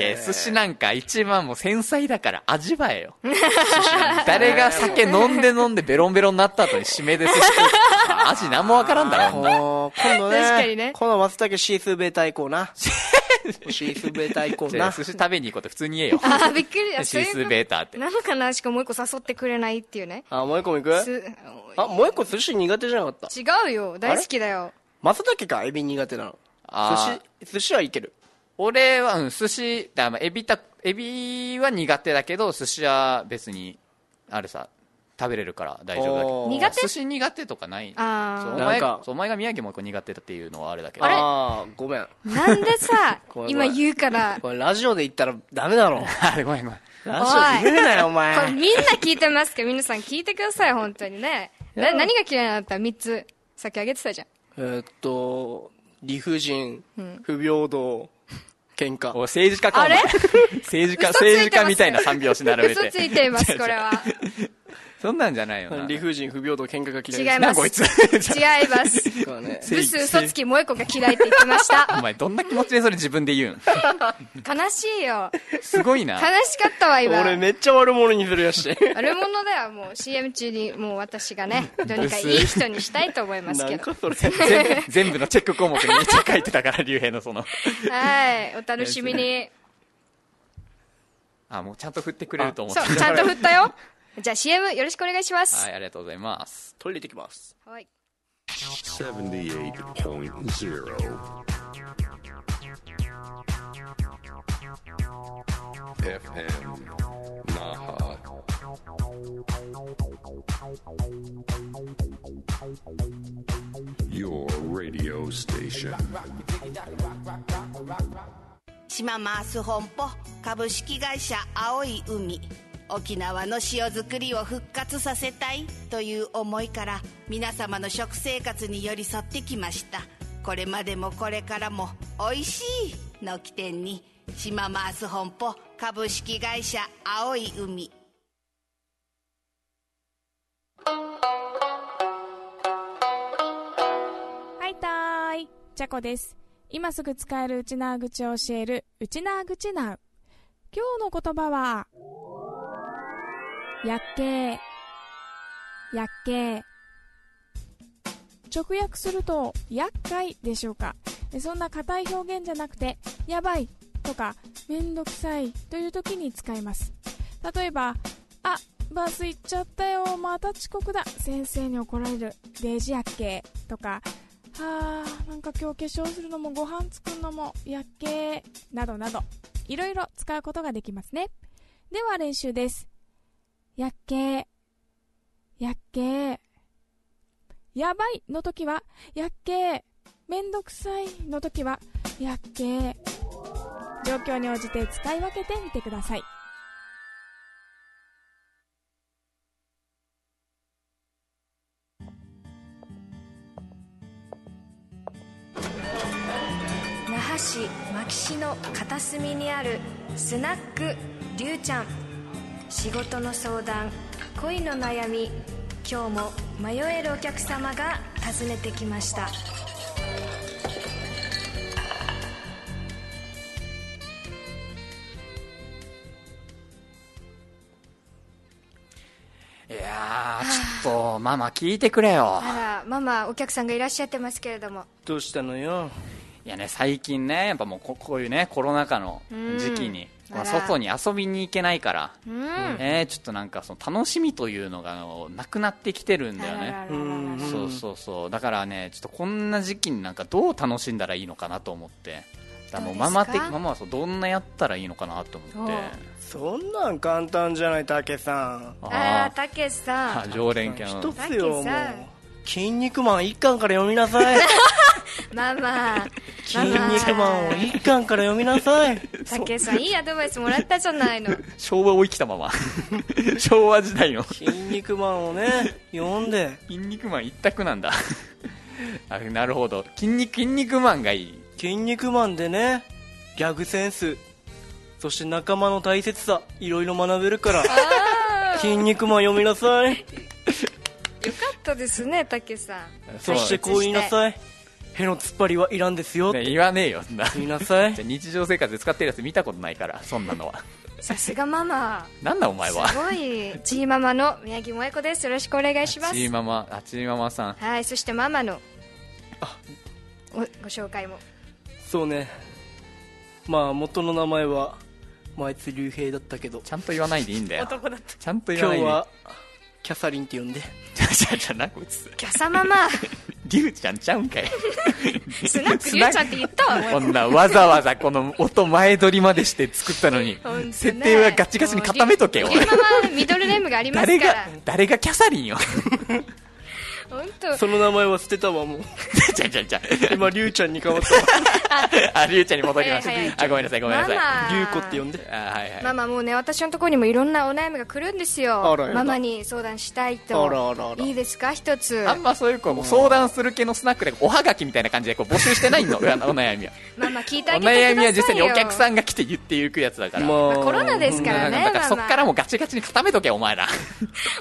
Speaker 1: や寿司なんか一番もう繊細だから味わえよ 誰が酒飲んで飲んでベロンベロンになった後に締めで寿司食う味何もわからんだろ
Speaker 3: もう今度ね
Speaker 2: 確かにね
Speaker 3: 今度松茸シースーベー対抗 なシースーベー対抗
Speaker 1: じゃあ
Speaker 3: な
Speaker 1: 寿司食べに行こうって普通に言えよ
Speaker 2: あーびっくりあ
Speaker 1: シ
Speaker 2: そう
Speaker 1: ー
Speaker 2: い
Speaker 1: ス
Speaker 2: うこ
Speaker 1: ー
Speaker 2: と
Speaker 1: ベーターって
Speaker 2: なのかなしかもう一個誘ってくれないっていうね
Speaker 3: あもう一個も行く
Speaker 2: す
Speaker 3: あもう一個寿司苦手じゃなかった
Speaker 2: 違うよ大好きだよ
Speaker 3: 松茸かエビ苦手なの
Speaker 1: あー
Speaker 3: 寿司寿司はいける
Speaker 1: 俺は、うん、寿司だまあエビたエビは苦手だけど寿司は別にあるさ食べれるから大丈夫だけど
Speaker 3: おー
Speaker 2: 苦手
Speaker 1: 寿司苦手とかないそうお
Speaker 2: あ
Speaker 1: 前
Speaker 3: なんか
Speaker 1: そうお前が宮城もう一個苦手だっていうのはあれだけどあ
Speaker 3: ああーごめん
Speaker 2: ーなんで さ
Speaker 3: ごめんごめ
Speaker 2: 今
Speaker 3: ん
Speaker 2: 言うから
Speaker 3: これラジオで言ったらダメだろ
Speaker 1: ごめんごめん
Speaker 3: ラジオで言うなよお前
Speaker 2: これみんな聞いてますけど皆さん聞いてください本当にねな何が嫌いなのだったら3つさっきあげてたじゃん
Speaker 3: えーっと理不尽、不平等喧嘩
Speaker 1: お政治家か
Speaker 2: あれ
Speaker 1: お前政治家
Speaker 2: 嘘ついてます
Speaker 1: 政治家みたいな三拍子並べ
Speaker 2: 嘘つい
Speaker 1: て
Speaker 2: ていますこ れは
Speaker 1: そんなんじゃないよな
Speaker 3: 理不尽不平等喧嘩が嫌い
Speaker 2: 違い
Speaker 1: な
Speaker 2: ま
Speaker 1: ん
Speaker 2: す
Speaker 1: こいつ
Speaker 2: 違い ます
Speaker 3: すからね
Speaker 2: ブス嘘つきもう一個が嫌いって言ってました
Speaker 1: お前どんな気持ちでそれ自分で言うん
Speaker 2: 悲しいよ
Speaker 1: すごいな
Speaker 2: 悲しかったわ今
Speaker 3: 俺めっちゃ悪者にするや して
Speaker 2: 悪者だよもう CM 中にもう私 がねどうにかいい人にしたいと思います
Speaker 3: な
Speaker 2: け
Speaker 3: ん
Speaker 2: ど
Speaker 3: かそれ
Speaker 1: 全全部のチェック項目にめっちゃ書いてたから竜兵のその
Speaker 2: はいお楽しみに
Speaker 1: あもうちゃんと振ってくれると思って
Speaker 2: そ
Speaker 1: た
Speaker 2: うちゃんと振ったよじゃあ CM よろしくお願いします
Speaker 1: はいありがとうございます
Speaker 3: トイレ行ってきます
Speaker 2: はい
Speaker 4: 78.0 FM Naha.
Speaker 5: 島マース本舗株式会社青い海沖縄の塩作りを復活させたいという思いから皆様の食生活に寄り添ってきましたこれまでもこれからも「おいしい」の起点に島マース本舗株式会社青い海
Speaker 6: はいたーい、ちゃこです。今すぐ使えるウチナー口を教えるウチナー口ナウ。今日の言葉は、やっけー、やっけー。直訳すると、厄介でしょうか。えそんな硬い表現じゃなくて、やばいとか、めんどくさいという時に使います。例えば、あ、バス行っちゃったよ、また遅刻だ、先生に怒られる、デジやっけーとか、はあ、なんか今日化粧するのもご飯作るのも、やっけーなどなど、いろいろ使うことができますね。では練習です。やっけー。やっけー。やばいの時は、やっけー。めんどくさいの時は、やっけー。状況に応じて使い分けてみてください。
Speaker 2: 那覇市牧師の片隅にあるスナックりゅうちゃん仕事の相談恋の悩み今日も迷えるお客様が訪ねてきました
Speaker 1: いやー、ちょっと、ママ聞いてくれよ。
Speaker 2: あらママお客さんがいらっしゃってますけれども
Speaker 3: どうしたのよ
Speaker 1: いやね、最近ね、やっぱもうここういうね、コロナ禍の時期に、
Speaker 2: うん
Speaker 1: まあ
Speaker 2: あら
Speaker 1: 外に遊びに行けないから、
Speaker 2: うん
Speaker 1: ねちょっとなんかその楽しみというのがあのなくなってきてるんだよ
Speaker 2: あら
Speaker 1: ね。
Speaker 2: らららら
Speaker 1: そうそうそうだからねちょっとこんな時期になんかどう楽しんだらいいのかなと思ってだからもう
Speaker 2: ど
Speaker 1: マ
Speaker 2: うですか
Speaker 1: マ的ママはそうどんなやったらいいのかなと思って
Speaker 3: そんなん簡単じゃない竹さん
Speaker 2: あら
Speaker 1: あ
Speaker 2: たけしさ
Speaker 1: あ
Speaker 2: ん
Speaker 1: 常連客
Speaker 3: 一
Speaker 1: の
Speaker 3: つよもう
Speaker 2: 竹さん
Speaker 3: 「筋肉マン」一巻から読みな さい
Speaker 2: ママ
Speaker 3: 「筋肉マン」を一巻から読みなさい
Speaker 2: たけしさんいいアドバイスもらったじゃないの
Speaker 1: 昭和を生きたまま 昭和時代の
Speaker 3: 「筋肉マン」をね読んで
Speaker 1: 筋肉マン一択なんだ あなるほど筋肉筋肉マンがいい
Speaker 3: 「筋肉マン」でねギャグセンスそして仲間の大切さいろいろ学べるから「筋肉マン」読みなさい
Speaker 2: よかったですねたけしさん
Speaker 3: そしてこう言いなさいへの突っ張りはいらんですよって
Speaker 1: ね言わねえよそんな
Speaker 3: 言いなさ い
Speaker 1: じゃあ日常生活で使ってるやつ見たことないからそんなのは
Speaker 2: さすがママ
Speaker 1: なんだお前は
Speaker 2: すごいチーママの宮城萌子ですよろしくお願いします
Speaker 1: ちーママあちーママさん
Speaker 2: はいそしてママのおご紹介も
Speaker 3: そうねまあ元の名前はまああいつ竜兵だったけど
Speaker 1: ちゃんと言わないでいいんだよ
Speaker 2: 男だった
Speaker 1: ちゃんと言わな
Speaker 3: 今
Speaker 1: い
Speaker 3: 日
Speaker 1: で
Speaker 3: はキャサリンって呼んで
Speaker 1: じゃじゃじゃなこいつ
Speaker 2: キャサ ママ
Speaker 1: リュウちゃんちゃうんかい
Speaker 2: スナックリュウちゃんって言ったわ
Speaker 1: こ
Speaker 2: もうん
Speaker 1: なわざわざこの音前撮りまでして作ったのに
Speaker 2: ほんとね
Speaker 1: 設定はガチガチに固めとけよ
Speaker 2: もうリュウママミドルネームがあります
Speaker 1: 誰
Speaker 2: か
Speaker 1: が
Speaker 2: ら
Speaker 1: 誰がキャサリンよ
Speaker 2: 本当
Speaker 3: その名前は捨て たわもう
Speaker 1: じゃじゃじゃ
Speaker 3: 今竜ちゃんに変 わった
Speaker 1: あリュウちゃんに戻りました
Speaker 2: はいはい
Speaker 1: あごめんなさいごめんな
Speaker 2: マ
Speaker 1: さい
Speaker 2: マ
Speaker 3: わ竜子って呼んで
Speaker 1: あはいはい
Speaker 2: ママもうね私のところにもいろんなお悩みが来るんですよ
Speaker 3: あらやだ
Speaker 2: ママに相談したいと
Speaker 3: あらあらあら
Speaker 2: いいですか一つ
Speaker 1: あんまそういう子はもう相談する系のスナックでおはがきみたいな感じでこう募集してないのお悩みは
Speaker 2: ママ聞いて
Speaker 1: お
Speaker 2: あげてくださいよ
Speaker 1: 悩みは実際にお客さんが来て言っていくやつだから、
Speaker 2: まあコロナですからね
Speaker 1: だからそっから
Speaker 2: ママ
Speaker 1: もうガチガチに固めとけお前ら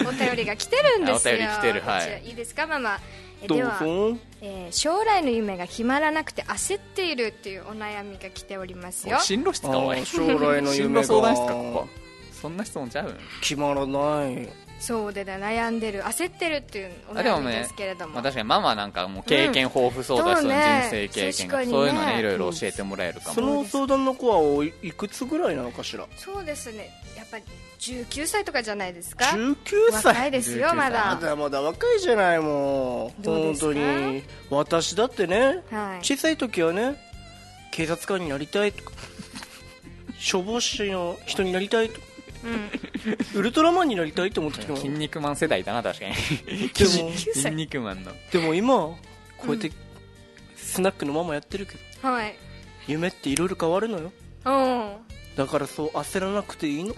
Speaker 2: お便りが来てるんです
Speaker 1: あ
Speaker 2: よ
Speaker 1: お便り来てるはい
Speaker 2: いいですかママえ
Speaker 3: どう
Speaker 2: では
Speaker 3: ぞ
Speaker 2: えー将来の夢が決まらなくて焦っているっていうお悩みが来ておりますよ
Speaker 1: 進路室
Speaker 3: あ
Speaker 1: かおい
Speaker 3: ー将来の
Speaker 1: 進
Speaker 3: 夢
Speaker 1: 路
Speaker 3: が
Speaker 1: 相談室かここそんな質問ちゃうん
Speaker 3: 決まらない
Speaker 2: そうでね悩んでる焦ってるっていうお
Speaker 1: あでも
Speaker 2: 悩みで
Speaker 1: ね
Speaker 2: すけれども
Speaker 1: まあ、確かにママなんかもう経験豊富そうだし、
Speaker 2: うん
Speaker 1: その人生経
Speaker 2: そうね
Speaker 1: 験が、
Speaker 2: 確かにね
Speaker 1: そういうのはねいろいろ教えてもらえるか
Speaker 3: そ
Speaker 1: も
Speaker 3: の相談の子はおいくつぐらいなのかしら
Speaker 2: そうですねやっぱり19歳とかじゃないですか
Speaker 3: 19
Speaker 2: 若い
Speaker 3: 歳
Speaker 2: ですよま
Speaker 3: ま
Speaker 2: だ
Speaker 3: だまだ若いじゃないもう
Speaker 2: どうで
Speaker 3: 本
Speaker 2: すか
Speaker 3: 当に私だってね
Speaker 2: はい
Speaker 3: 小さい時はね警察官になりたいとか 消防士の人になりたいとか
Speaker 2: うん
Speaker 3: ウルトラマンになりたいと思ってたけど
Speaker 1: 筋肉マン世代だな確かに
Speaker 3: でも
Speaker 1: 筋肉マンの
Speaker 3: でも今こうやってスナックのママやってるけど
Speaker 2: はい
Speaker 3: 夢っていろいろ変わるのよ
Speaker 2: うん
Speaker 3: だからそう焦らなくていいの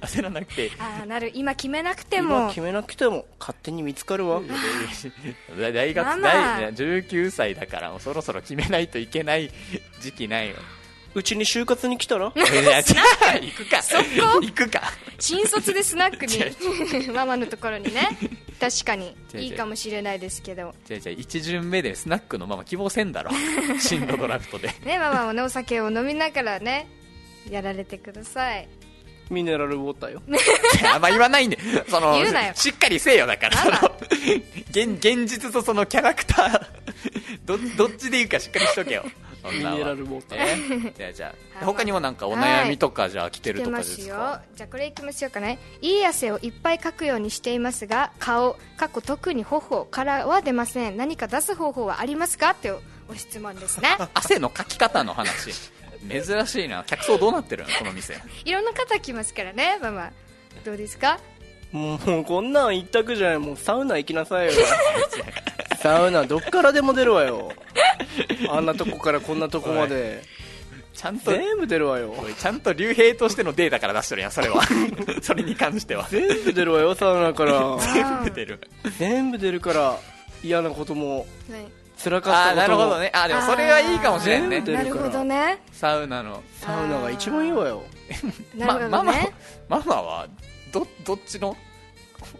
Speaker 1: 焦らなくて
Speaker 2: ああなる今決めなくて
Speaker 3: 今
Speaker 2: も
Speaker 3: 決めなくても勝手に見つかるわ
Speaker 1: 大 大学
Speaker 2: ママ
Speaker 1: 大19歳だからもうそろそろ決めないといけ ない時期ないよ
Speaker 3: うちに就活に来たら
Speaker 1: いや違う 行くか行くか
Speaker 2: 新卒でスナックにママのところにね確かに
Speaker 1: 違う違う
Speaker 2: いいかもしれないですけど
Speaker 1: じゃあじゃあ一巡目でスナッ クのママ希望せんだろ進路ドラフトで
Speaker 2: ねママもねお酒を飲みながらねやられてください
Speaker 3: ミネラルウォーターよ
Speaker 1: あんま言わないんで、その
Speaker 2: 言うなよ
Speaker 1: しっかりせえよだから、
Speaker 2: あ
Speaker 1: そ
Speaker 2: ら
Speaker 1: の 現現実とそのキャラクター ど、どっちでいいかしっかりしとけよ。そん
Speaker 3: ミネ
Speaker 1: なんは
Speaker 3: ラルウォーター
Speaker 1: えじゃあじゃあ
Speaker 2: はい
Speaker 1: 他にもなんかお悩みとかじゃあ来てると
Speaker 2: 来
Speaker 1: か
Speaker 2: てま
Speaker 1: ですす
Speaker 2: よ
Speaker 1: か。
Speaker 2: じゃあこれいきましょうかねいい汗をいっぱいかくようにしていますが顔過去特に頬からは出ません何か出す方法はありますかっていうお質問ですね
Speaker 1: 汗のかき方の話。珍しいな。客層どうなってるのこの店。
Speaker 2: いろんな方来ますからねママどうですか
Speaker 3: もうこんなん一択じゃないもうサウナ行きな さいよサウナどっからでも出るわよ あんなとこからこんなとこまで
Speaker 1: ちゃんと。
Speaker 3: 全部出るわよ
Speaker 1: おいちゃんと竜兵としてのデータから出してるやんそれは それに関しては
Speaker 3: 全部出るわよサウ ナから
Speaker 1: 全部出る
Speaker 3: 全部出るから嫌なことも
Speaker 2: はい
Speaker 3: 辛かった
Speaker 1: あ
Speaker 3: こ
Speaker 1: あ
Speaker 3: とも
Speaker 1: なるほどねあでもそれはいいかもしれんね
Speaker 3: 全部出
Speaker 2: な
Speaker 3: る
Speaker 2: る
Speaker 3: から
Speaker 2: ほどね
Speaker 1: サウナの
Speaker 3: サウナが一番いいわよ
Speaker 2: なるほ
Speaker 1: ま
Speaker 2: ど
Speaker 1: ママ
Speaker 2: ね
Speaker 1: ママはどどっちの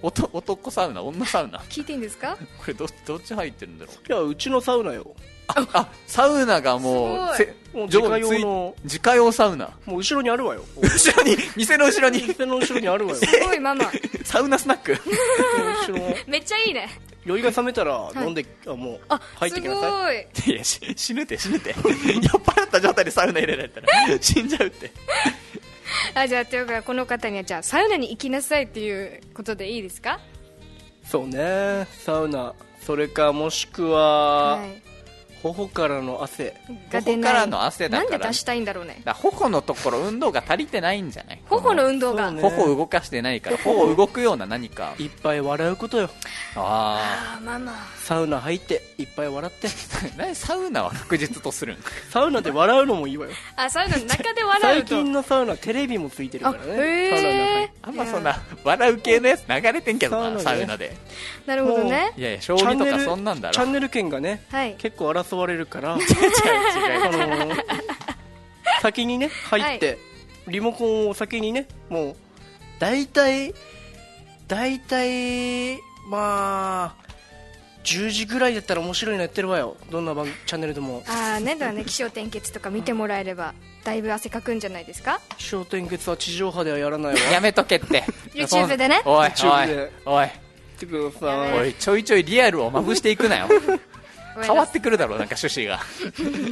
Speaker 1: おと男サウナ女サウナ
Speaker 2: 聞いていいんですか
Speaker 1: これどどっち入ってるんだろう
Speaker 3: いやうちのサウナよ
Speaker 1: ああサウナがもう
Speaker 2: す
Speaker 3: ごい
Speaker 1: せ
Speaker 3: もう自家用の
Speaker 1: 自家用サウナ
Speaker 3: もう後ろにあるわよ
Speaker 1: 後ろに店の後ろに
Speaker 3: 店の後ろにある わよ
Speaker 2: すごいママ
Speaker 1: サウナスナック
Speaker 3: 後ろの
Speaker 2: めっちゃいいね
Speaker 3: 酔いが冷めたら飲んで、あもう
Speaker 2: あ
Speaker 3: 入ってきなさい
Speaker 2: い
Speaker 1: いやし死ぬって死ぬって 酔っ払った状態でサウナ入れられたら死んじゃうって
Speaker 2: あじゃあというかこの方にはじゃあサウナに行きなさいっていうことでいいですか
Speaker 3: そうねサウナそれかもしくは、
Speaker 2: はい
Speaker 3: 頬からの汗
Speaker 2: が
Speaker 1: ここ
Speaker 2: 出な
Speaker 1: か
Speaker 2: い
Speaker 1: らの汗だから
Speaker 2: なんで出したいんだろうね
Speaker 1: だから頬のところ運動が足りてないんじゃない
Speaker 2: 頬の運動
Speaker 3: そ
Speaker 2: が、
Speaker 3: うね
Speaker 1: 頬を動かしてないから頬を動くような何か
Speaker 3: いっぱい笑うことよ
Speaker 1: あ
Speaker 2: あママ
Speaker 3: サウナ入っていっぱい笑っ て
Speaker 1: あなんでサウナは確実とするん
Speaker 3: サウナで笑うのもいいわよ
Speaker 2: あサウナの中で笑う
Speaker 3: 最
Speaker 2: と
Speaker 3: 近のサウナテレビもついてる
Speaker 2: あ
Speaker 3: からねサウナの中
Speaker 2: へ
Speaker 3: に
Speaker 2: え
Speaker 1: あんまそんな笑う系のやつ流れてんけどなサ
Speaker 3: サウ
Speaker 1: ウ
Speaker 3: ナ
Speaker 1: ナで
Speaker 2: なるほどね
Speaker 1: いやいや将棋とかそんなんだ
Speaker 3: チャ
Speaker 1: ろ
Speaker 3: ンネル権がね、
Speaker 2: はい
Speaker 3: 結構争われ るか
Speaker 1: 違
Speaker 3: ら
Speaker 1: う違
Speaker 3: あ
Speaker 1: う
Speaker 3: のー先にね入って、
Speaker 2: は
Speaker 3: リモコンを先にねもう大体大体まあ10時ぐらいだったら面白いのやってるわよどんな番チャンネルでも
Speaker 2: ああねだからね気象転結とか見てもらえればだいぶ汗かくんじゃないですか
Speaker 3: 「笑点月」は地上波ではやらないわ
Speaker 1: やめとけって
Speaker 2: YouTube でね
Speaker 1: おい
Speaker 3: YouTube で
Speaker 1: おい
Speaker 3: ってくださ
Speaker 1: おいおいちょいちょいリアルをまぶしていくなよ
Speaker 2: ごめん
Speaker 1: 変わ
Speaker 2: な
Speaker 1: ってくるだろうなんか趣旨が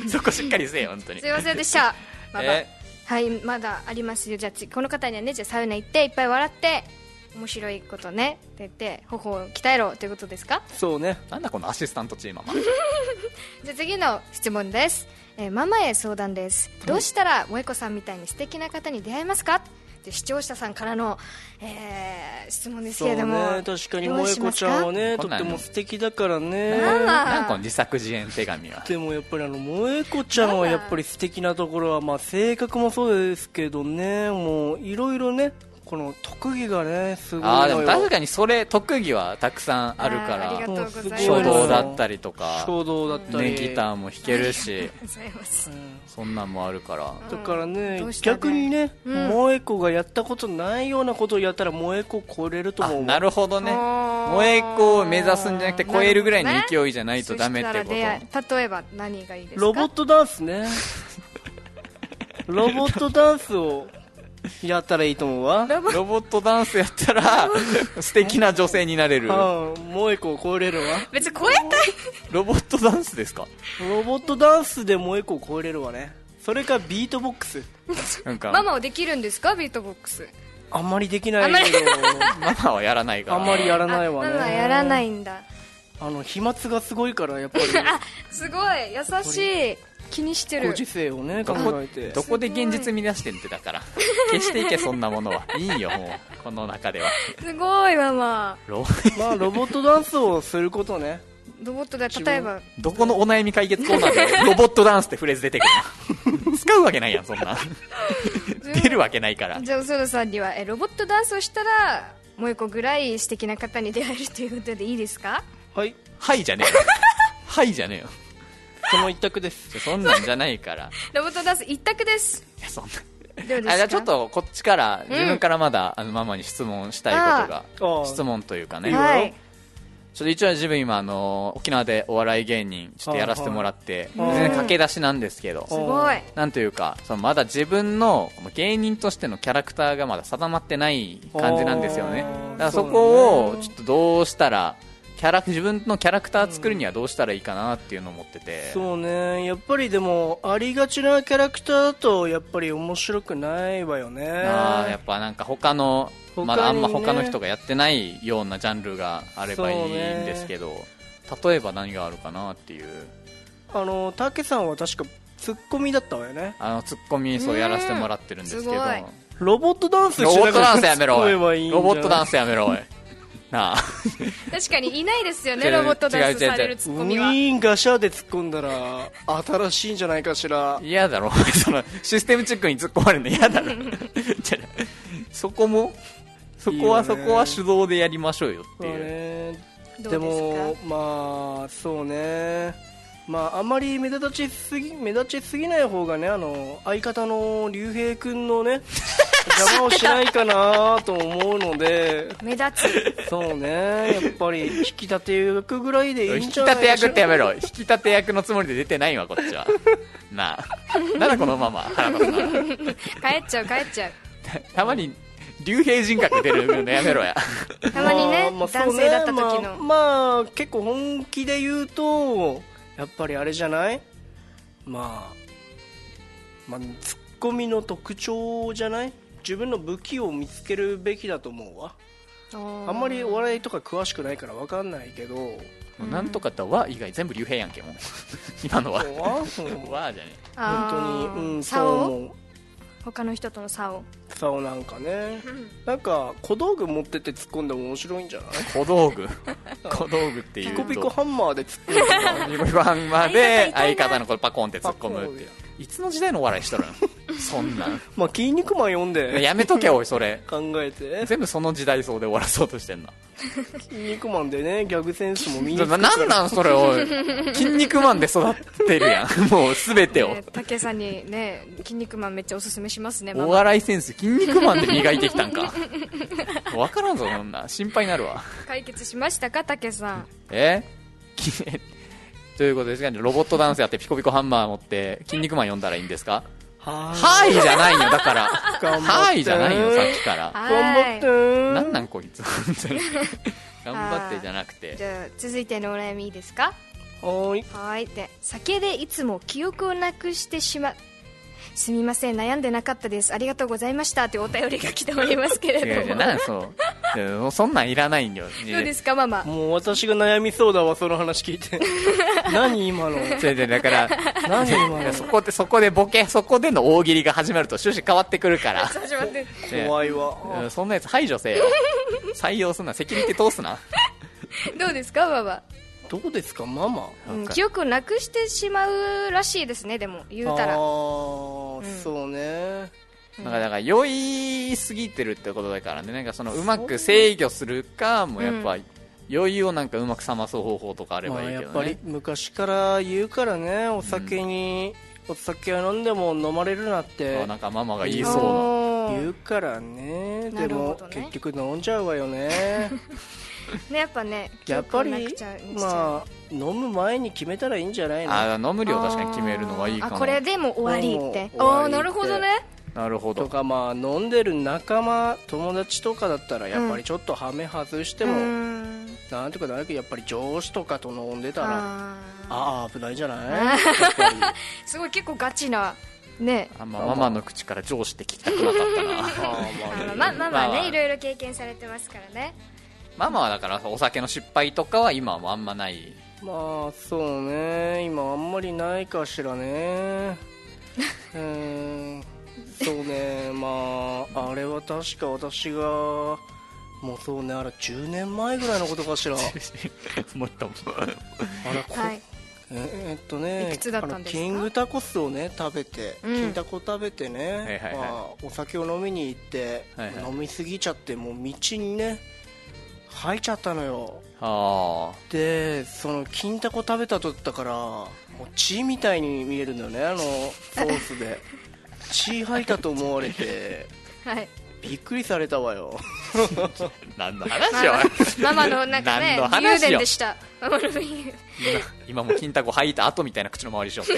Speaker 1: そこしっかりせえよ本当に
Speaker 2: すいませんで したママ
Speaker 1: え
Speaker 2: はいまだありますよじゃあ次この方にはねじゃあサウナ行っていっぱい笑って面白いことねって言って頬を鍛えろということですか
Speaker 3: そうね
Speaker 1: なんだこのアシスタントチームは
Speaker 2: じゃあ次の質問です、えーママへ相談ですどうしたら萌子さんみたいに素敵な方に出会えますかって視聴者さんからの、えー質問です
Speaker 3: そう
Speaker 2: け
Speaker 3: ね
Speaker 2: れども
Speaker 3: 確かに
Speaker 2: どう
Speaker 3: 萌
Speaker 2: し
Speaker 3: 子
Speaker 2: ます
Speaker 3: ち
Speaker 2: か
Speaker 3: ゃんはねと
Speaker 1: こん
Speaker 3: っ
Speaker 1: なん
Speaker 3: ても素敵だからね
Speaker 2: ママ
Speaker 1: なんかこの自作自演手紙は
Speaker 3: でもやっぱりあの萌子ちゃんはやっぱり素敵なところはまあ性格もそうですけどねもういろいろねこの特技がねすごいのよ
Speaker 1: ああでも確かにそれ特技はたくさんあるか
Speaker 2: あーありが
Speaker 1: ら
Speaker 2: とうございます
Speaker 1: 書道だったりとか
Speaker 3: 衝動だったり、
Speaker 1: ねギターも弾けるし
Speaker 2: ございます
Speaker 1: そんなんもあるから
Speaker 3: だからね
Speaker 2: どうしたね
Speaker 3: 逆にね、
Speaker 2: うん
Speaker 3: 萌子がやったことないようなことをやったら萌子を超えれると
Speaker 1: あ
Speaker 3: 思う
Speaker 1: なるほどね
Speaker 2: おー
Speaker 1: 萌え子を目指すんじゃなくて超えるぐらいの勢いじゃないとダメって
Speaker 2: そしたら
Speaker 1: こ
Speaker 2: 出会い例えば何がいいですか
Speaker 3: ロボットダンスねロボットダンスをやったらいいと思うわ
Speaker 1: とロボットダンスやった ら素敵な女性になれる
Speaker 3: うん萌子を超えれるわ
Speaker 2: 別に超えたい
Speaker 1: ロボットダンスですか
Speaker 3: ロボットダンスで萌子を超えれるわねそれかビートボックス
Speaker 1: なんか
Speaker 2: ママはできるんですかビートボックス
Speaker 3: あんまりできないけど
Speaker 1: ママはやらないから
Speaker 3: あんまりやら
Speaker 2: あ
Speaker 3: ない
Speaker 2: マ
Speaker 3: わ
Speaker 2: マ
Speaker 3: ね
Speaker 2: はやらないんだ
Speaker 3: あの飛沫がすごいからやっ ぱり
Speaker 2: すごい優しい気にして
Speaker 3: ご
Speaker 2: る
Speaker 3: 時世をね
Speaker 1: ど
Speaker 3: 考
Speaker 1: こ
Speaker 3: えて
Speaker 1: どこで現実見出してんってだ から消していけそんなものはいいよもうこの中で は
Speaker 2: すごいママ
Speaker 1: ロ
Speaker 3: まあロボットダンスをすることね
Speaker 2: ロボットで例えば
Speaker 1: どこのお悩み解決コーナ ーでロボットダンスってフレーズ出てくる の使うわけないやんそんな出るわけないから
Speaker 2: じゃあソロさんにはえロボットダンスをしたらもう一個ぐらい素敵な方に出会えるということでいいですか
Speaker 3: はい
Speaker 1: はいじゃね えよはいじゃねえよ
Speaker 3: その一択です
Speaker 1: じゃそんなんじゃないから
Speaker 2: ロボットダンス一択です
Speaker 1: いやそんな
Speaker 2: どうですか
Speaker 1: あじゃあちょっとこっちから自分からまだ、あのママに質問したいこと
Speaker 3: あ
Speaker 1: が
Speaker 3: あ
Speaker 1: 質問というか
Speaker 3: いい
Speaker 1: ね
Speaker 3: わよ
Speaker 2: はい
Speaker 1: ちょっと一応自分今あの沖縄でお笑い芸人ちょっとやらせてもらって
Speaker 3: はいはい
Speaker 1: 全然駆け出しなんですけど
Speaker 2: すごい
Speaker 1: なんというかそのまだ自分のこの芸人としてのキャラクターがまだ定まってない感じなんですよね
Speaker 3: あー
Speaker 1: だからそこを
Speaker 3: そうだね
Speaker 1: ちょっとどうしたらキャラ自分のキャラクター作るにはどうしたらいいかなっていうのを思ってて
Speaker 3: そうねやっぱりでもありがちなキャラクターだとやっぱり面白くないわよね
Speaker 1: あーやっぱなんか他の
Speaker 3: 他にね
Speaker 1: まだあんま他の人がやってないようなジャンルがあればいいんですけど、例えば何があるかなっていう
Speaker 3: あのたけさんは確かツッコミだったわよね
Speaker 1: あのツッコミそうやらせてもらってるんですけど
Speaker 2: うんすごい
Speaker 3: ロボットダンス
Speaker 1: ロボットダンスやめろ
Speaker 3: ツッコめば
Speaker 1: お
Speaker 3: いいん
Speaker 1: い
Speaker 3: じゃな
Speaker 1: ロ
Speaker 3: い
Speaker 1: ボットダンスやめろおいなあ
Speaker 2: 確かにいないですよね
Speaker 1: 違う
Speaker 2: ロボットダンス
Speaker 1: 違う違う
Speaker 2: されるツッコ
Speaker 3: ウ
Speaker 2: ミ
Speaker 3: ィ
Speaker 2: は
Speaker 3: ーンガシャーで突っ込んだら新しいんじゃないかしら
Speaker 1: 嫌だろ そのシステムチェックに突っ込まれるの嫌だ ろじゃあそこもそこはい
Speaker 3: いよ
Speaker 1: そ
Speaker 3: ね
Speaker 1: こは手動でやりましょうよって
Speaker 3: まあ
Speaker 1: いう、
Speaker 3: ね
Speaker 2: どうで
Speaker 3: でもまあそうねまああまり目立ちすぎ目立ちすぎない方がねあの相方の竜兵く んのね邪魔をしないかなと思うのです
Speaker 2: か目立つ
Speaker 3: そうねやっぱり引き立て役ぐらいでいい
Speaker 1: 引
Speaker 3: ん
Speaker 1: き
Speaker 3: じゃない
Speaker 1: 立
Speaker 3: か
Speaker 1: て
Speaker 3: しら
Speaker 1: 役ってやめろ引き立て役のつもりで出てないわこっちはなあならこのまま腹立つ な
Speaker 2: 帰っちゃう帰っちゃう
Speaker 1: たまに竜兵人格出るのやめろや
Speaker 2: たまにね,、
Speaker 3: まあまあそう
Speaker 2: 男性だった時の、
Speaker 3: まあ、まあ結構本気で言うとやっぱりあれじゃないまあ、まあ、ツッコミの特徴じゃない自分の武器を見つけるべきだと思うわあんまりお笑いとか詳しくないから分かんないけど
Speaker 1: もうなんとかとは以外全部竜兵やんけもう今のは
Speaker 3: そうわそう
Speaker 1: わーじゃね
Speaker 2: あー
Speaker 3: 本当に、うん、
Speaker 2: 差
Speaker 3: そう
Speaker 2: を
Speaker 3: 思う
Speaker 2: 他の人との差を
Speaker 3: 差をなんかねなんか小道具持ってって突っ込んでも面白いんじゃない
Speaker 1: え小道 具小道具っていう
Speaker 3: ピ
Speaker 1: と
Speaker 3: コピコハンマーで突っ込んで
Speaker 1: ピコピコハンマーで
Speaker 2: 相方
Speaker 1: 相
Speaker 2: いたな
Speaker 1: 方のこれパコンって突っ込むっていういつの時代のお笑いしとるんそんなん
Speaker 3: まあ筋肉マン読んで
Speaker 1: やめとけおいそれ
Speaker 3: 考えて
Speaker 1: 全部その時代層で終わらそうとしてんな
Speaker 3: 筋肉マンでねギャグセンスも見に
Speaker 1: な なんなんそれおい筋肉マンで育ってるやんもう全てを
Speaker 2: ね武さんにね「筋肉マン」めっちゃおすすめしますねマ
Speaker 1: お
Speaker 2: マ
Speaker 1: 笑いセンス筋肉マンで磨いてきたんかわからんぞそんな心配になるわ
Speaker 2: 解決しましたか武さん
Speaker 1: えきということですがロボットダンスやってピコピコハンマー持って筋肉マン読んだらいいんですか
Speaker 3: は
Speaker 1: はいじゃないよだから
Speaker 3: 頑張って
Speaker 1: はいじゃないよさっきから
Speaker 2: は
Speaker 3: 頑張ってー
Speaker 1: なんなんこいつ本当に頑張ってじゃなく
Speaker 2: じ
Speaker 1: て
Speaker 2: ゃあ続いてのお悩みいいですか
Speaker 3: はーい
Speaker 2: はいで酒でいつも記憶をなくしてしまうすみません悩んでなかったですありがとうございましたというお便りが来ておりますけれ
Speaker 1: 違う違
Speaker 2: ど
Speaker 1: う
Speaker 2: も
Speaker 1: なんそうでもそんなんいらないんよ
Speaker 2: どうですかママ
Speaker 3: もう私が悩みそうだわその話聞 いて何今の
Speaker 1: 違う違うだから
Speaker 3: 何今の
Speaker 1: そこでそこでボケそこでの大喜利が始まると趣旨変わってくるから
Speaker 2: 始まって
Speaker 1: ね
Speaker 3: 怖いわ
Speaker 1: うんそんなやつ排除せよ採用すんなセキュリティ通すな
Speaker 2: どうですかママ、
Speaker 3: どうですかママ
Speaker 2: うん、記憶をなくしてしまうらしいですねでも言うた
Speaker 3: あ
Speaker 2: ら
Speaker 3: ーそうね
Speaker 1: なんかだから酔いすぎてるってことだからねなんかそのうまく制御するかもうやっぱ酔いをなんかうまく冷ます方法とかあれ
Speaker 3: ま
Speaker 1: ば
Speaker 3: あ
Speaker 1: いい
Speaker 3: や
Speaker 1: け
Speaker 3: っ
Speaker 1: ど
Speaker 3: ぱり
Speaker 1: ね、
Speaker 3: 昔から言うからねお酒にお酒を飲んでも飲まれるなっ
Speaker 1: あ
Speaker 3: て
Speaker 1: なんかママが言いそ
Speaker 2: おー
Speaker 3: 言うからね
Speaker 2: な
Speaker 3: で
Speaker 2: るほ
Speaker 3: も
Speaker 2: どね
Speaker 3: 結局飲んじゃうわよね
Speaker 2: ねやっぱね記
Speaker 3: やっ
Speaker 2: 憶を
Speaker 3: ぱり
Speaker 2: なくちゃにしちゃう
Speaker 3: まあ飲む前に決めたらいいんじゃないの
Speaker 1: うなあ飲む量確かに決めるのはいいか
Speaker 2: あ
Speaker 1: も
Speaker 2: これでもう終わりって
Speaker 3: もう終わり
Speaker 2: ああーなるほどね
Speaker 1: なるほ
Speaker 3: と
Speaker 1: ど
Speaker 3: かまあ飲んでる仲間友達とかだったらやっぱりちょっとハメ外して
Speaker 2: う
Speaker 3: も、
Speaker 2: ーん
Speaker 3: なんとかなるけどやっぱり上司とかと飲んでたらあ
Speaker 2: あー
Speaker 3: あ危ないんじ ゃないやっぱり
Speaker 2: すごい結構ガチなね
Speaker 1: あんまママの口から上司って聞きたくなかった な
Speaker 3: あ
Speaker 2: あ
Speaker 3: ーまあ
Speaker 2: のまママ
Speaker 1: まあ
Speaker 2: ねいろいろ経験されてますからね
Speaker 1: ママはだからお酒の失敗とかは今はあんまない
Speaker 3: まあそうね今あんまりないかしらねうーんそうねまああれは確か私がもうそうねあれ10年前ぐらいのことかしらあ
Speaker 1: もっとも
Speaker 3: らこ
Speaker 2: はい
Speaker 3: えーっとね
Speaker 2: いくつだったんですか
Speaker 3: あのキングタコスをね食べて、
Speaker 2: うん
Speaker 3: 金タコ食べて
Speaker 1: はい
Speaker 3: ね、
Speaker 1: はいはい
Speaker 3: まあ、お酒を飲みに行って、
Speaker 1: はいはい
Speaker 3: 飲みすぎちゃってもう道にね吐いちゃったのよ
Speaker 1: あ
Speaker 3: でその金タコ食べたとだからもう血みたいに見えるんだよねあのソー スで血吐いたと思われて
Speaker 2: はい
Speaker 3: びっくりされたわよ
Speaker 1: 何の話よ、
Speaker 2: ママのなんか
Speaker 1: 何
Speaker 2: ね
Speaker 1: の話よ
Speaker 2: 武勇伝でしたママの武勇
Speaker 1: 今今も金太子吐いた後みたいな口の周りしよって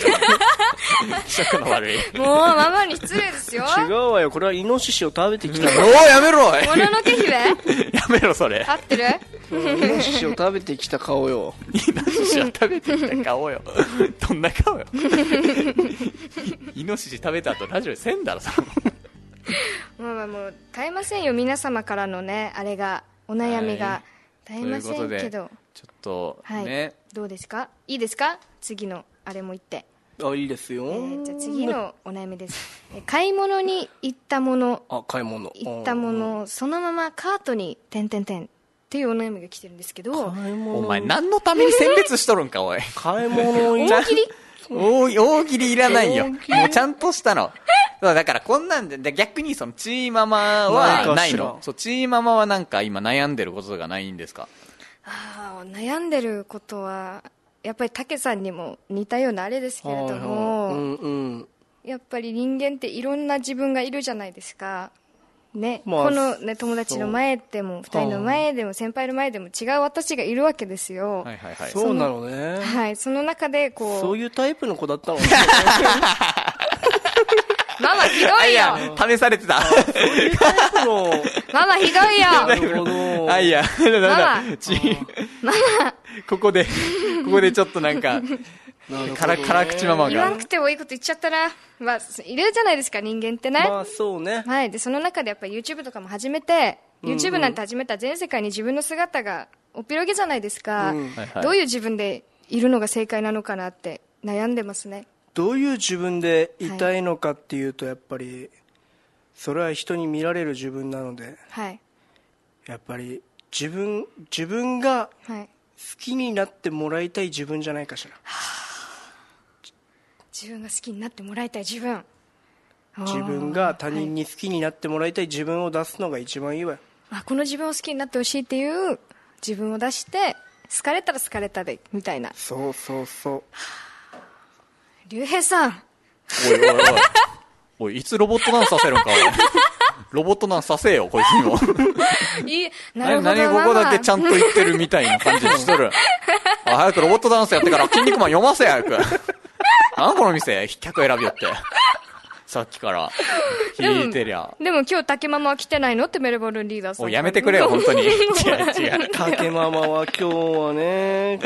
Speaker 1: 気色の悪い
Speaker 2: もうママに失礼ですよ
Speaker 3: 違うわよこれはイノシシを食べてきた
Speaker 1: おやめろおい
Speaker 2: もののけ姫
Speaker 1: やめろそれ
Speaker 2: 合ってる
Speaker 3: イノシシを食べてきた顔よ
Speaker 1: イノシシは食べてきた顔よどんな顔よイノシシ食べた後ラジオでせんだろそれ
Speaker 2: まあまあもう買えませんよ皆様からのねあれがお悩み
Speaker 1: は
Speaker 2: が絶えませんけど
Speaker 1: ちょっと
Speaker 2: はい、
Speaker 1: ね、
Speaker 2: どうですかいいですか次のあれも言って、
Speaker 3: あいいですよ、
Speaker 2: えーじゃあ次のお悩みですえー買い物に行ったもの
Speaker 3: あ買い物
Speaker 2: 行ったものをそのままカートに「てんてんてん」っていうお悩みが来てるんですけど
Speaker 3: 買い物
Speaker 1: お前何のために選別しとるんかおい
Speaker 3: 買い物行っ
Speaker 2: 大喜利
Speaker 1: 大大喜利いらないよ。もうちゃんとしたの。そうだからこんなんで、で逆にそのチーママ
Speaker 3: ないか
Speaker 1: は
Speaker 3: しら
Speaker 1: ないの。そう、チーママはなんか今悩んでることがないんですか
Speaker 2: あー悩んでることはやっぱり武さんにも似たようなあれですけれども、
Speaker 3: うんうん
Speaker 2: やっぱり人間っていろんな自分がいるじゃないですか。ね、
Speaker 3: まあ
Speaker 2: この、ね、友達の前でも、二人の前でも、先輩の前でも違う私がいるわけですよ。
Speaker 1: は
Speaker 2: はい
Speaker 1: いはいはい。
Speaker 3: そうなのね、
Speaker 2: その中で、こう、
Speaker 3: そういうタイプの子だったの ね
Speaker 2: ママひど
Speaker 1: あ、い
Speaker 2: い
Speaker 1: や
Speaker 2: よ、
Speaker 1: 試されてた。
Speaker 3: そういうタイプの
Speaker 2: ママひ どい
Speaker 3: な
Speaker 2: よ
Speaker 3: るほど
Speaker 1: あ、いや、ダメだ
Speaker 2: ママ。
Speaker 1: チーここで、ここでちょっとなんか、から辛口ママ
Speaker 2: 言わな
Speaker 1: が。
Speaker 2: くてもいいこと言っちゃったら、まあ、いるじゃないですか、人間ってね。
Speaker 3: まあそうね
Speaker 2: はい、でその中でやっぱり YouTube とかも始めて、YouTube なんて始めたら全世界に自分の姿がおっぴろげじゃないですか、
Speaker 3: うん
Speaker 1: はいはい
Speaker 2: どういう自分でいるのが正解なのかなって悩んでますね
Speaker 3: どういう自分でいたいのかっていうとやっぱりそれは人に見られる自分なので
Speaker 2: はい
Speaker 3: やっぱり自分自分が
Speaker 2: はい
Speaker 3: 好きになってもらいたい自分じゃないかしら
Speaker 2: 自分が好きになってもらいたい自分
Speaker 3: 自分が他人に好きになってもらいたい自分を出すのが一番いいわよ
Speaker 2: あこの自分を好きになってほしいっていう自分を出して好かれたら好かれたでみたいな
Speaker 3: そうそうそう
Speaker 2: 竜兵さん
Speaker 1: おいおいおい。おい、いつロボットダンスさせるんか、おい。ロボットダンスさせよ、こいつにも。
Speaker 2: いいなる
Speaker 1: 何
Speaker 2: ほど
Speaker 1: 何ここだけちゃんと言ってるみたいな感じにし とる。あ早くロボットダンスやってから、筋肉マン読ませ、早く。なんこの店、客選びよって。 さっきから、聞いてりゃ。
Speaker 2: でも今日竹ママは来てないのってメルボルンリーダーさ
Speaker 1: も
Speaker 2: んか
Speaker 1: う
Speaker 2: ら
Speaker 1: やめてくれよ、本 当に。違う違う。
Speaker 3: 竹ママは今日はね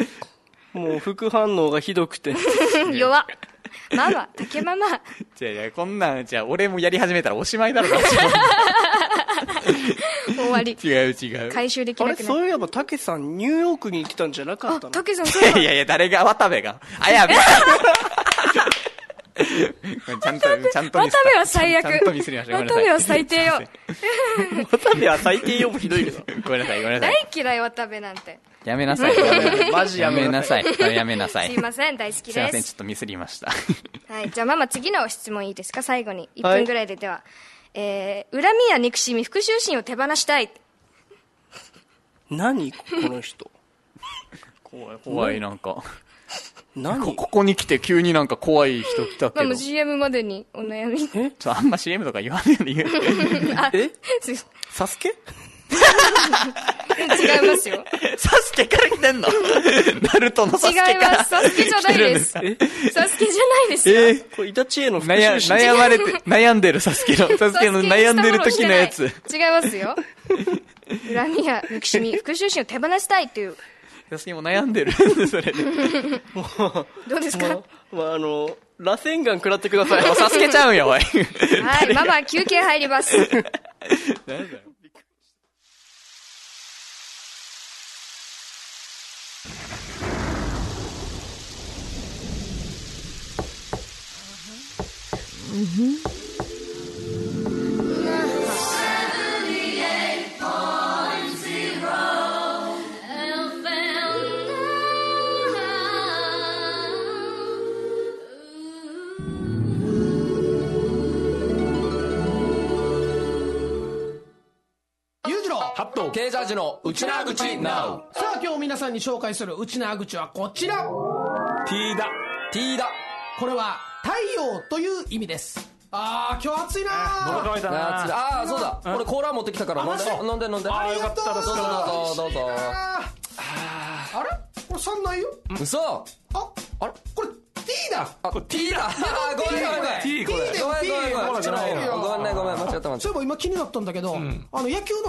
Speaker 3: もう副反応がひどくて
Speaker 2: 弱っママ竹ママ
Speaker 1: 違う違う、こんなん、じゃあ俺もやり始めたらおしまいだ ろうな、
Speaker 2: 終 わり
Speaker 1: 違う違う。
Speaker 2: 回収でき
Speaker 3: あ
Speaker 2: な
Speaker 3: れ
Speaker 2: くな
Speaker 3: そ
Speaker 2: る
Speaker 3: ういえば竹さんニューヨークに行ってたんじゃなか
Speaker 2: あ
Speaker 3: ったの
Speaker 2: 竹さんそう
Speaker 1: い
Speaker 2: だ
Speaker 1: やいや、誰が、渡部が。あ やべ。ちゃんと、ちゃんとミスった
Speaker 2: 渡部は最悪
Speaker 1: ちゃんとミスりました。ごめんなさい
Speaker 2: 渡 部は最低よ
Speaker 1: すいま
Speaker 3: 渡部は最低よもひどいけど
Speaker 1: せん ごめんなさい、ごめんなさ
Speaker 2: 大
Speaker 1: い。
Speaker 2: 嫌い渡部なんて
Speaker 1: やめなさい、やめな さい。
Speaker 3: マジ
Speaker 1: や
Speaker 3: やめ
Speaker 1: め
Speaker 3: な
Speaker 1: な
Speaker 3: さい
Speaker 1: さい。やめなさい。
Speaker 2: すいません大好き
Speaker 1: すいませ
Speaker 2: で
Speaker 1: ん、ちょ
Speaker 2: す
Speaker 1: っとミスりました。
Speaker 2: はいじゃあママ次の質問いいですか最後に1
Speaker 3: はい
Speaker 2: 分ぐらいででは、えー、恨みや憎しみ復讐心を手放したい
Speaker 3: 何この人
Speaker 1: 怖い、 怖い、なんか。
Speaker 3: 何
Speaker 1: こ、ここに来て急になんか怖い人来たけ
Speaker 2: マ
Speaker 1: ど。
Speaker 2: マ
Speaker 1: ち
Speaker 2: CM までにお悩み
Speaker 1: ょっとあんま CM とか言わないように言う。
Speaker 3: え
Speaker 2: す
Speaker 3: サスケ
Speaker 2: 違 いますよ
Speaker 1: サスケから来てんのナルトのサス
Speaker 2: 違
Speaker 1: ケ
Speaker 2: い
Speaker 1: から。
Speaker 2: ますサスケじゃないです
Speaker 1: 来て
Speaker 2: サ
Speaker 1: るん
Speaker 2: スケじゃないです
Speaker 1: え
Speaker 2: よ
Speaker 1: ー
Speaker 3: これイタチへの復
Speaker 1: 悩
Speaker 3: 讐心
Speaker 1: 悩まれて、悩んでるサスケの、サスケの悩んでる時のやつ。
Speaker 2: 違いますよ恨みや憎しみ復讐心を手放したいっていう
Speaker 1: サスケも悩んで る。それで。
Speaker 2: どうですか
Speaker 3: まああの螺旋岩食らってください
Speaker 1: もうサスケちゃうんよ、おい。
Speaker 2: はいママ休憩入ります
Speaker 7: ゆうじろうハット経済ジのうちなぐちなうさあ今日皆さんに紹介するうちなぐちはこちらティーダティーダこれは太陽という意味ですあー、今日暑いな
Speaker 8: 喉
Speaker 7: ー。
Speaker 8: 乾いたな
Speaker 9: ああーそうだ俺コーラ持ってきたから飲んで飲んで飲んで
Speaker 8: あよかった
Speaker 7: ありがとう
Speaker 9: どうぞどうぞどうぞ
Speaker 7: あーあれこれ3ないよ
Speaker 9: 嘘
Speaker 7: あ、あれこれ T だ
Speaker 9: あこれ T だあーごめんごめんごめん
Speaker 8: T これ
Speaker 7: T
Speaker 9: ご
Speaker 7: だよ
Speaker 9: めん
Speaker 7: T
Speaker 9: ごめんごめん
Speaker 8: じゃないの
Speaker 9: ごめんねごめん間違った間違っ
Speaker 7: そういえば今気になったんだけど、あの野球の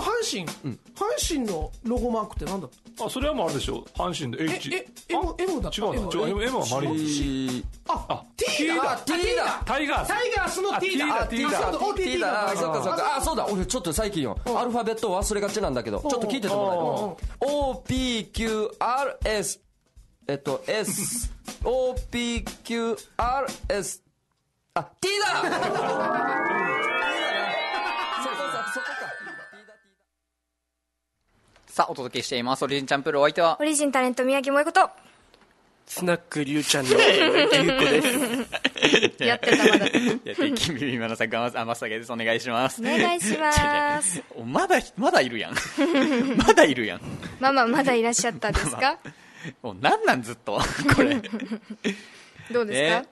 Speaker 7: 阪神、阪神のロゴマークってなんだ
Speaker 8: あそれはもうあれでしょ阪神で H
Speaker 7: え M- M だった
Speaker 8: 違うな
Speaker 7: M
Speaker 8: 違う M M はマリ
Speaker 9: た
Speaker 8: ーンズ
Speaker 9: T
Speaker 7: あ、T
Speaker 8: T
Speaker 7: だ
Speaker 8: だ
Speaker 9: あ T だ
Speaker 8: タイガース
Speaker 7: タイガースの T だ
Speaker 8: あ T だ T だ
Speaker 7: あそう
Speaker 9: T
Speaker 7: OTT だ
Speaker 9: だあそっかそっかあそうだ俺ちょっと最近よアルファベットを忘れがちなんだけどちょっと聞いててもらえる OPQRS えっと SOPQRS あ T だ T だなそこさそこか
Speaker 1: さあ、お届けしています。オリジンチャンプルお相手は
Speaker 2: オ、リジンタレント宮城萌子と
Speaker 3: スナックリュウちゃんのリュウコです。
Speaker 2: やってたまだ
Speaker 1: いや、てっきり今のさん、がまさげです。お願いします。
Speaker 2: お願いします
Speaker 1: おまだ、まだいるやん。 まだいるやん。
Speaker 2: ママまだいらっしゃったですか
Speaker 1: もうなんなんずっと、 これ。
Speaker 2: どうですか
Speaker 1: ね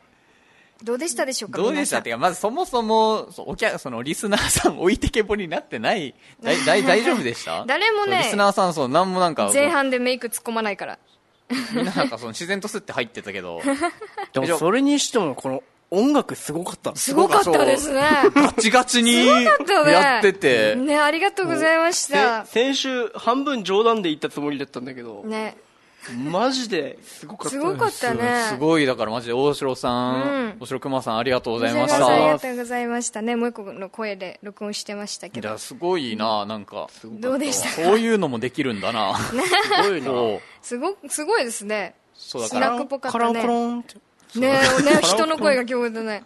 Speaker 2: どうでしたでしょうか
Speaker 1: どうでした
Speaker 2: 皆
Speaker 1: てか、まずそもそも、そうお客、そのリスナーさん置いてけぼりになってない、だいだい大丈夫でした
Speaker 2: 誰もね
Speaker 1: そうリスナーさん、そう、なんもなんか
Speaker 2: さん、前半でメイク突っ込まないから
Speaker 1: みんななんかその自然とスって入ってたけ ど、
Speaker 3: でもそれにしてもこの音楽すごかった。
Speaker 2: すごかったですね
Speaker 1: ガチガチに
Speaker 2: すごかったね
Speaker 1: やってて、
Speaker 2: ねありがとうございました
Speaker 3: せ先週半分冗談で言ったつもりだったんだけど、
Speaker 2: ね
Speaker 3: マジですごかった
Speaker 2: す
Speaker 3: ね。
Speaker 2: ごかったね
Speaker 1: すごい、だからマジで大城さん、
Speaker 2: うん
Speaker 1: 大城熊さんありがとうござい
Speaker 2: ご
Speaker 1: まし
Speaker 2: ありが
Speaker 1: た。
Speaker 2: とうございましたねもう一個の声で録音してましたけ
Speaker 1: い
Speaker 2: ど
Speaker 1: や、すごいな、なんか。
Speaker 2: どうでしたか
Speaker 1: そういうのもできるんだな。
Speaker 3: すごいな。
Speaker 1: そう
Speaker 2: すごすごいですね
Speaker 1: そうだ
Speaker 2: ス
Speaker 1: か
Speaker 2: ナ
Speaker 1: ら、
Speaker 2: ックっぽかっ
Speaker 3: カ
Speaker 2: た
Speaker 3: ランコ
Speaker 2: ね
Speaker 3: ロンって。
Speaker 2: ねね人の声が聞こえてない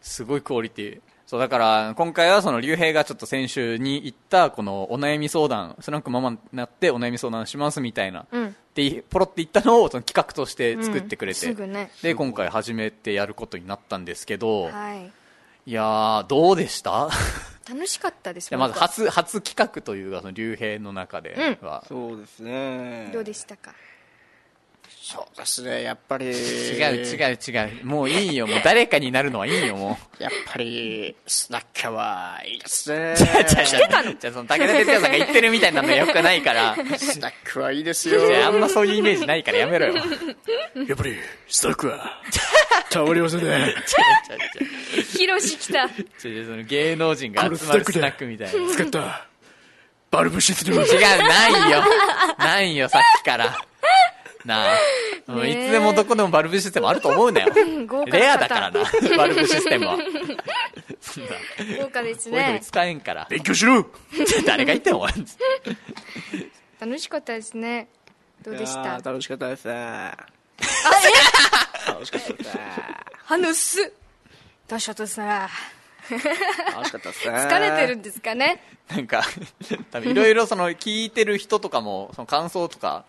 Speaker 1: すごいクオリティ。そうだから、今回はその、竜兵がちょっと先週に行った、この、お悩み相談、スナックママになってお悩み相談しますみたいな、
Speaker 2: うん
Speaker 1: で、ポロって言ったのをその企画として作ってくれて、
Speaker 2: うんすぐね
Speaker 1: で、今回始めてやることになったんですけど、
Speaker 2: はい
Speaker 1: い、やー、どうでした
Speaker 2: 楽しかったで
Speaker 1: い
Speaker 2: す
Speaker 1: やまず
Speaker 2: 本
Speaker 1: 初、初企画というか、その、竜兵の中では、
Speaker 3: そうですね
Speaker 2: 当。どうでしたか
Speaker 3: そうですね。やっぱり。違う
Speaker 1: 違う違う違う、もういいよ、もう誰かになるのはいいよ、もう。
Speaker 3: やっぱり、スナックはいいですね。
Speaker 1: じゃあその武田鉄矢さんが言ってるみたいなのよくない から。
Speaker 3: スナックはいいで す
Speaker 1: いやあんまそういうイメージないからやめろよ。
Speaker 3: やっぱり、スナックは、たまりませんね。
Speaker 2: ヒロシ 来た
Speaker 1: その芸能人が集まるスナックみたいな。 違う、
Speaker 3: 使った、バルブシステム
Speaker 1: ないよ。ないよ、さっきから。なあ。もうい
Speaker 2: ねえ
Speaker 1: つでもどこでもバルブシステムあると思うなよ。
Speaker 2: 豪華な方
Speaker 1: レアだからな、バルブシステムは。そんな
Speaker 2: 豪華です
Speaker 1: こういうのに
Speaker 2: ね
Speaker 1: 使えんから。
Speaker 3: 勉強しろ
Speaker 1: 誰が言っても
Speaker 2: 楽しかったですねどうでした
Speaker 3: 楽しかったですね。 楽しかったですね。
Speaker 2: ハヌスどうしようとさ
Speaker 3: 楽しかったですね。
Speaker 2: 疲れてるんですかね
Speaker 1: なんか、多分いろいろその聞いてる人とかも、その感想とか、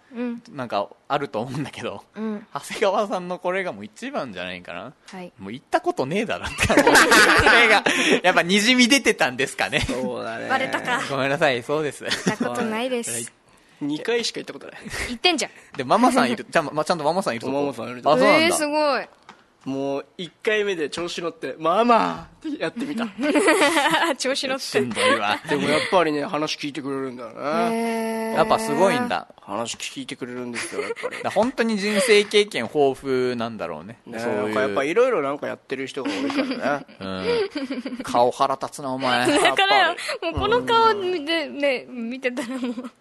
Speaker 1: なんかあると思うんだけど、
Speaker 2: うん
Speaker 1: 長谷川さんのこれがもう一番じゃないかな。
Speaker 2: はい
Speaker 1: もう行ったことねえだろって。も うそれが、やっぱにじみ出てたんですかね。
Speaker 3: そうだね。
Speaker 2: バレたか
Speaker 1: ごめんなさい、そうです。
Speaker 2: 行ったことないです
Speaker 3: 2回しか行ったことない。
Speaker 2: 行ってんじゃん
Speaker 1: で、ママさんいる、ちゃん,、ま、ちゃんとママさんいるとこ
Speaker 3: ママさんいると
Speaker 1: あ、
Speaker 3: こ
Speaker 1: そうな
Speaker 2: え
Speaker 1: ん
Speaker 2: ー
Speaker 1: だ。
Speaker 2: すごい
Speaker 3: もう、1回目で調子乗って、まあまあ、やっ てみた。
Speaker 2: あ調子乗っ
Speaker 1: してんどいわ。
Speaker 3: でもやっぱりね、話聞いてくれるんだよね。
Speaker 1: やっぱすごいんだ。
Speaker 3: 話聞いてくれるんですよ、やっぱり
Speaker 1: だか。ら本当に人生経験豊富なんだろうね。
Speaker 3: ね、
Speaker 1: そう
Speaker 3: なん
Speaker 1: い
Speaker 3: かやっぱ
Speaker 1: う。
Speaker 3: いろいろなんかやってる人が多いから ね。
Speaker 1: うん、顔腹立つな、お 前。
Speaker 2: だから
Speaker 1: やっ
Speaker 2: よ
Speaker 1: ぱり
Speaker 2: もうこの顔でね見てたらもう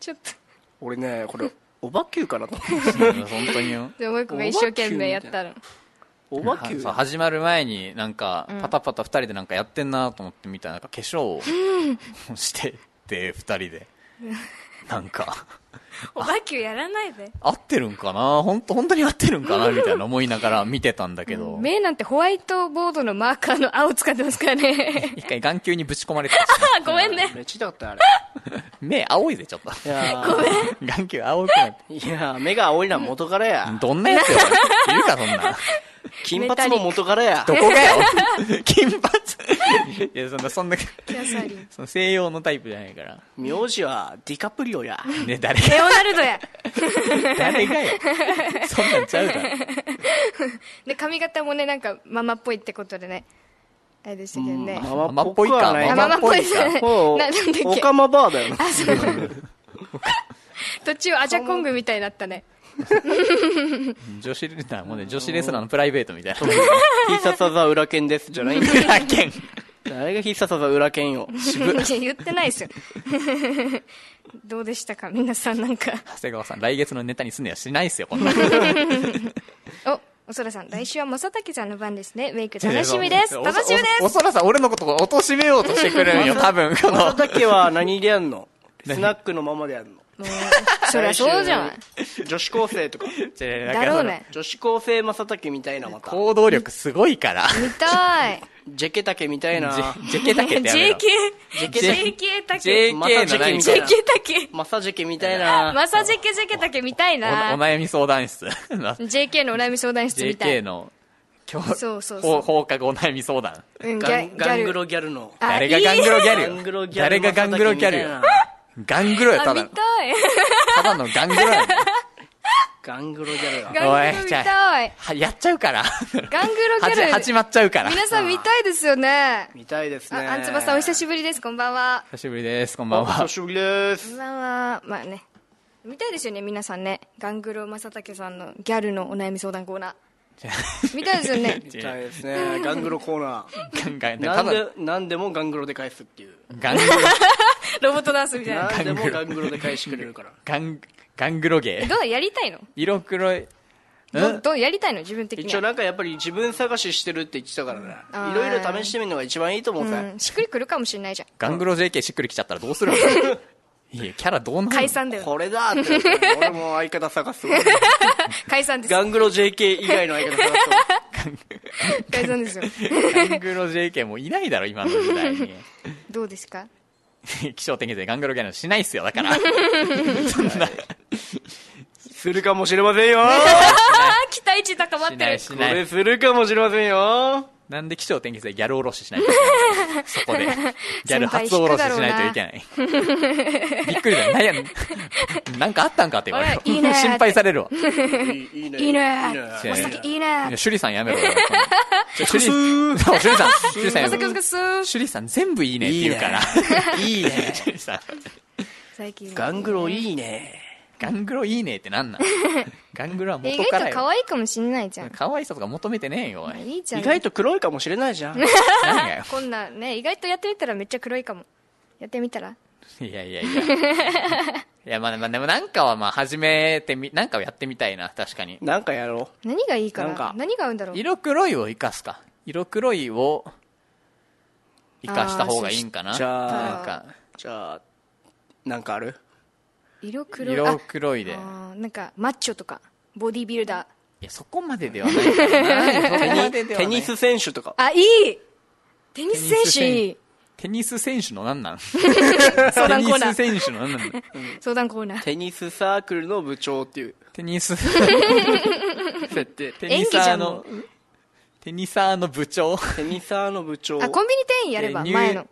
Speaker 2: ちょっと
Speaker 3: 俺ね、これ、おばきゅうかなと思って。
Speaker 1: うん本当によ。
Speaker 2: でもう一個が一生懸命やったら
Speaker 3: おば
Speaker 1: は
Speaker 3: きゅう
Speaker 1: そう始まる前になんかパタパタ2人でなんかやってんなと思ってみたらなんか化粧をしてて2人でなんか
Speaker 2: おばきゅうやらないで
Speaker 1: 合ってるんかな本当本当に合ってるんかなみたいな思いながら見てたんだけど
Speaker 2: 目なんてホワイトボードのマーカーの青使ってますからね
Speaker 1: 一回眼球にぶち込まれてたし
Speaker 2: あごめんね
Speaker 3: めっちゃ痛かったよ
Speaker 1: 目青いぜちょっと
Speaker 3: あれ。いやー
Speaker 1: 眼球青くなって
Speaker 3: いやー目が青いのは元からや。
Speaker 1: どんなやつよいるかそんな
Speaker 3: 金髪も元からや
Speaker 1: ど。こがよ金髪いやそんなそんな
Speaker 2: キャサリン
Speaker 1: その西洋のタイプじゃないから
Speaker 3: 名字はディカプリオや。
Speaker 1: ね誰 が
Speaker 2: レオナルドや
Speaker 1: 誰がよそんなんちゃうだろ
Speaker 2: で髪型もねなんかママっぽいってことでねあれでしたけどね。
Speaker 3: ママっぽくはない。
Speaker 2: ママっぽいですね。
Speaker 3: そ う
Speaker 2: ななんだっけ
Speaker 3: オカマバーだよね。
Speaker 2: あ、そう。途中、アジャコングみたいになったね。
Speaker 1: 女子レスラーもうね、女子レスラーのプライベートみたいな。
Speaker 3: 必殺技裏剣ですじ ゃないんだよ
Speaker 1: 裏剣。
Speaker 3: 誰が必殺技裏剣よ。
Speaker 2: いや言ってないですよ。 どうでしたか皆さんなんか。
Speaker 1: 長谷川さん、来月のネタにすんのやしないっすよ、こんな
Speaker 2: お、おそらさん、来週は正竹さんの番ですね。メイク楽しみです。楽しみで
Speaker 1: おおおそらさん、俺のことを貶めようとしてくれるん よ、多分、こ
Speaker 3: ま
Speaker 1: の。
Speaker 3: だけは何でやんのスナックのままでやんの
Speaker 2: す。そりゃそうじゃない。
Speaker 3: 女子高生とか。
Speaker 2: だろうね。
Speaker 3: 女子高生まさたけみたいなまた。
Speaker 1: 行動力すごいから。
Speaker 2: 見たい。
Speaker 3: ジェケタケみたいな。
Speaker 1: ジェケタケってやめ
Speaker 2: JK
Speaker 1: ろ。、
Speaker 2: JK だけ。
Speaker 1: JK
Speaker 3: また
Speaker 1: の何か
Speaker 3: ジェケみたいな
Speaker 2: JK。だけ。
Speaker 3: マサジェケみたいな。
Speaker 2: マサジェケジェケだけ見た
Speaker 1: お
Speaker 2: い
Speaker 1: お
Speaker 2: な。
Speaker 1: 悩み相談室。
Speaker 2: JK のお悩み相談室みた
Speaker 1: JK
Speaker 2: い。
Speaker 1: の、今
Speaker 2: そうそう
Speaker 1: 日、
Speaker 2: そ
Speaker 1: 放
Speaker 2: う
Speaker 1: 放課後お悩み相談。
Speaker 2: うんギ
Speaker 3: ガ
Speaker 2: ャ
Speaker 3: ン
Speaker 2: ギ
Speaker 3: ガ
Speaker 2: ャ
Speaker 3: ン
Speaker 2: ル
Speaker 3: グロギャルの。
Speaker 2: あ
Speaker 1: 誰がガングロギャルよ。誰がガングロギャルよ。ガングロよ、
Speaker 2: あ、
Speaker 1: た
Speaker 2: 見
Speaker 1: だ。
Speaker 2: た い。
Speaker 1: ただのガングロやね。
Speaker 3: ガングロギャルが。
Speaker 2: ガングロ見
Speaker 1: じゃ
Speaker 2: たい。
Speaker 1: あはやっちゃうから。
Speaker 2: ガングロギ
Speaker 1: はじ
Speaker 2: ャ
Speaker 1: 始
Speaker 2: ル。
Speaker 1: まっちゃうから。
Speaker 2: 皆さん見たいですよね。
Speaker 3: 見たいですね。
Speaker 2: あ、あんつばさんお久しぶりです。こんばんは。
Speaker 1: 久しぶりです、こんばん
Speaker 3: お 久
Speaker 1: は。
Speaker 3: しぶりで
Speaker 2: こん
Speaker 3: す。
Speaker 2: ばんは。まあね。見たいですよね、皆さんね。ガングロ正竹さんのギャルのお悩み相談コーナ ー。見たいですよね。
Speaker 3: 見たいですね。ガングロコーナ
Speaker 1: ガンガン
Speaker 3: ー。
Speaker 1: ねた
Speaker 3: なん
Speaker 1: だ
Speaker 3: で、なんでもガングロで返すっていう。
Speaker 1: ガングロ、
Speaker 2: ロボットダンスみたいな。
Speaker 3: なんでもガングロで返してくれるから。
Speaker 1: ガン、ガングロゲー。
Speaker 2: どうやりたいの
Speaker 1: 色黒い。
Speaker 2: どうどうやりたいの自分的に
Speaker 3: 一
Speaker 2: は。
Speaker 3: 応なんかやっぱり自分探ししてるって言ってたからね
Speaker 2: あー
Speaker 3: いろいろ試してみるのが一番いいと思うさ、
Speaker 2: うん、しっくりくるかもしれないじゃん。
Speaker 1: ガングロ JK しっくりきちゃったらどうするのいや、キャラどうなる
Speaker 2: 解散だよ。
Speaker 3: これだってなって俺も相方探 すわ
Speaker 2: 解散です。
Speaker 3: ガングロ JK 以外の相方探すわ
Speaker 2: 解散ですよ。
Speaker 1: ガングロ JK もういないだろ、今の時代 に。
Speaker 2: どうですか
Speaker 1: 気象天気でガングロギャルしないっすよ、だから。
Speaker 3: するかもしれませんよ
Speaker 2: あ、期待値高まって
Speaker 1: し
Speaker 2: る。
Speaker 1: ないし
Speaker 3: こ
Speaker 1: な
Speaker 3: れ
Speaker 1: い。
Speaker 3: するかもしれませんよ
Speaker 1: なんで気象天気でギャルおろししないといけないのそこで。ギャル初おろししないといけない。 びっくりだよ。なんや、なん かあったんかって言われる。
Speaker 2: あれいいね
Speaker 1: 心配されるわ。
Speaker 3: いいね
Speaker 2: いいね
Speaker 1: いやいや
Speaker 2: まさきいいね
Speaker 1: いや、シュリさんやめろよ。シュリ、そうシュリさん、シュリさんや
Speaker 2: ま
Speaker 1: め
Speaker 2: さき
Speaker 1: ろ
Speaker 2: ま。さきすー
Speaker 1: シュリさん全部いいねって言うから。
Speaker 3: いいね
Speaker 1: シュリさん、
Speaker 2: 最近。
Speaker 3: ガングロいいね
Speaker 1: ガングロいいねってなん なんガングロは元
Speaker 2: 意
Speaker 1: か
Speaker 2: 外
Speaker 1: ら
Speaker 2: と可
Speaker 1: よ。
Speaker 2: 愛いかもしれないじゃん。
Speaker 1: 可愛さとか求めてねえよ、おい。
Speaker 2: いいじゃん。
Speaker 3: 意外と黒いかもしれない じゃん
Speaker 1: 何がよ。
Speaker 2: こんなね、意外とやってみたらめっちゃ黒いかも。やってみたら
Speaker 1: いやいやいや。いや、まあ、まあ、でもなんかはまあ、始めてみ、なんかをやってみたいな、確かに。
Speaker 3: なんかやろ
Speaker 2: 何がいいかな
Speaker 3: なんか
Speaker 2: 何が合うんだろう
Speaker 1: 色黒いを生かすか。色黒いを、生かした方がいいんかな。
Speaker 3: あーじゃあ
Speaker 1: なんか、
Speaker 3: うじゃあなんかある
Speaker 2: 色黒い。
Speaker 1: 色黒いで。い
Speaker 2: ああーなんか、マッチョとか、ボディビルダー。
Speaker 1: や、そこまでではない かな。そこまでではな
Speaker 3: テ
Speaker 1: い
Speaker 3: ニス選手とか
Speaker 2: あ、いいテニス選手いい
Speaker 1: テニス選手のなんなんテ
Speaker 2: 相談
Speaker 1: ニ
Speaker 2: コーナ
Speaker 1: ス選
Speaker 2: ー。
Speaker 1: 手のなんなん
Speaker 2: 相談コーナー。
Speaker 3: テニスサークルの部長っていう
Speaker 1: テニス、
Speaker 3: 設定
Speaker 1: テ
Speaker 2: 演
Speaker 1: ニ
Speaker 2: 技じ
Speaker 1: サー
Speaker 2: ゃんも
Speaker 1: の、テニサーの部長。
Speaker 3: テニサーの部長
Speaker 2: あ、コンビニ店員やれば、
Speaker 1: えー入
Speaker 2: 前の。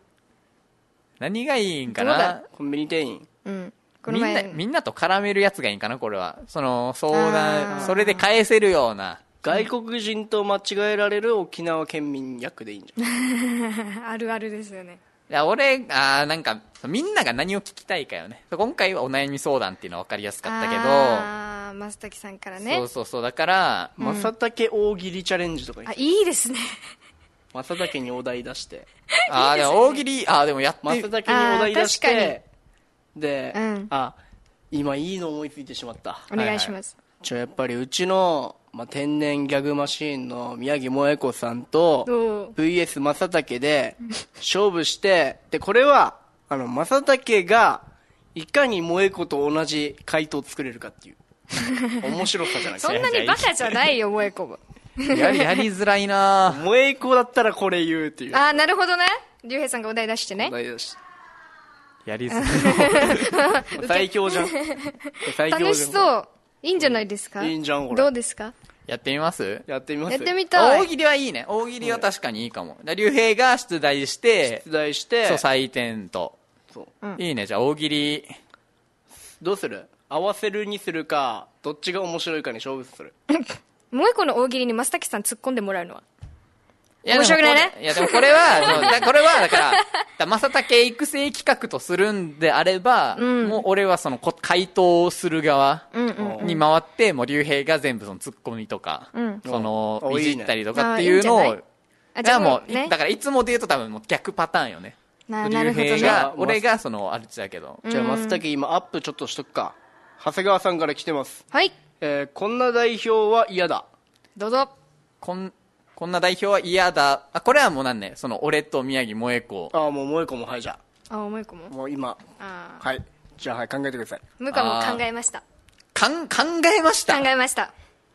Speaker 1: 何がいいんか
Speaker 2: どうだ
Speaker 1: な
Speaker 3: コンビニ店員
Speaker 2: うん。この
Speaker 1: みんな、
Speaker 2: 前。
Speaker 1: みんなと絡めるやつがいいんかなこれは。その、相
Speaker 2: あ
Speaker 1: 談、
Speaker 2: ー
Speaker 1: それで返せるような。
Speaker 3: 外国人と間違えられる沖縄県民役でいいんじゃない
Speaker 2: あるあるですよね。
Speaker 1: いや、俺、あーなんか、みんなが何を聞きたいかよね。今回はお悩み相談っていうのは分かりやすかったけど、
Speaker 2: ああ、松崎さんからね
Speaker 1: そう。そうそう、だから、
Speaker 3: まさたけ大喜利チャレンジとかに
Speaker 2: あ、いいですね。
Speaker 3: まさたけにお題出して
Speaker 1: あーでも大喜利、あーでもやっ
Speaker 3: ま
Speaker 1: て
Speaker 3: さ、たけにお題出し
Speaker 2: あー確
Speaker 3: てで、
Speaker 2: うん
Speaker 3: あ今いいの思いついてしまった
Speaker 2: お願いします。
Speaker 3: ちょやっぱりうちの、まあ、天然ギャグマシーンの宮城萌子さんと
Speaker 2: おう
Speaker 3: VS まさたけで勝負してでこれはあのまさたけがいかに萌子と同じ回答を作れるかっていう面白さじゃないです
Speaker 2: そ
Speaker 3: か
Speaker 2: んなにバカじゃないよ、萌子も。
Speaker 1: やり、やりづらい な
Speaker 3: 萌え子だったらこれ言うっていう
Speaker 2: ああ、なるほどね。竜兵さんがお題出してね。
Speaker 3: 大丈夫です
Speaker 1: やりづらい。
Speaker 3: 最強 じゃん最強じゃん
Speaker 2: 楽しそう。いいんじゃないですか
Speaker 3: いいんじゃんこれ
Speaker 2: どうですか
Speaker 1: やってみます
Speaker 3: やってみます
Speaker 2: やってみたい。
Speaker 1: 大喜利はいいね。大喜利は確かにいいかも。だ竜兵が出題して、
Speaker 3: 出題して
Speaker 1: そう、採点と。
Speaker 3: そう
Speaker 1: いいね、じゃあ大喜利。
Speaker 3: どうする合わせるにするかどっちが面白いかに勝負する
Speaker 2: もう一個の大喜利に増崎さん突っ込んでもらうのは
Speaker 1: やでも
Speaker 2: 面白くないね
Speaker 1: これいや、でもこれは、そうだこれは、だから、だまさたけ育成企画とするんであれば、
Speaker 2: うん
Speaker 1: もう俺はその、こ回答する側
Speaker 2: うんうんうん
Speaker 1: に回って、もう竜兵が全部その、ツッコミとか、
Speaker 2: うん
Speaker 1: その、
Speaker 3: お
Speaker 1: い
Speaker 3: い
Speaker 1: じ
Speaker 3: いね
Speaker 1: ったりとかっていうの
Speaker 2: あいいんじゃ
Speaker 1: を
Speaker 2: ない、
Speaker 1: だ
Speaker 2: あ
Speaker 1: からもう、
Speaker 2: ね
Speaker 1: だからいつもで言うと多分もう逆パターンよね。
Speaker 2: なな
Speaker 1: 竜
Speaker 2: るほど
Speaker 1: 兵
Speaker 2: ね
Speaker 1: が、俺がその、あれだけど、
Speaker 3: じゃあ松茸今アップちょっとしとくか長谷川さんから来てます、
Speaker 2: はい
Speaker 3: えーこんな代表は嫌だ
Speaker 2: どうぞ
Speaker 1: こん、こんな代表は嫌だ。あ、これはもうなんね、その、俺と宮城萌子。
Speaker 3: ああもう萌子もはいじゃ
Speaker 2: あもう一個も
Speaker 3: あもう今
Speaker 2: あ
Speaker 3: はいじゃあはい考えてください
Speaker 2: ー向かも考えました
Speaker 1: かん、考えました
Speaker 2: 考えました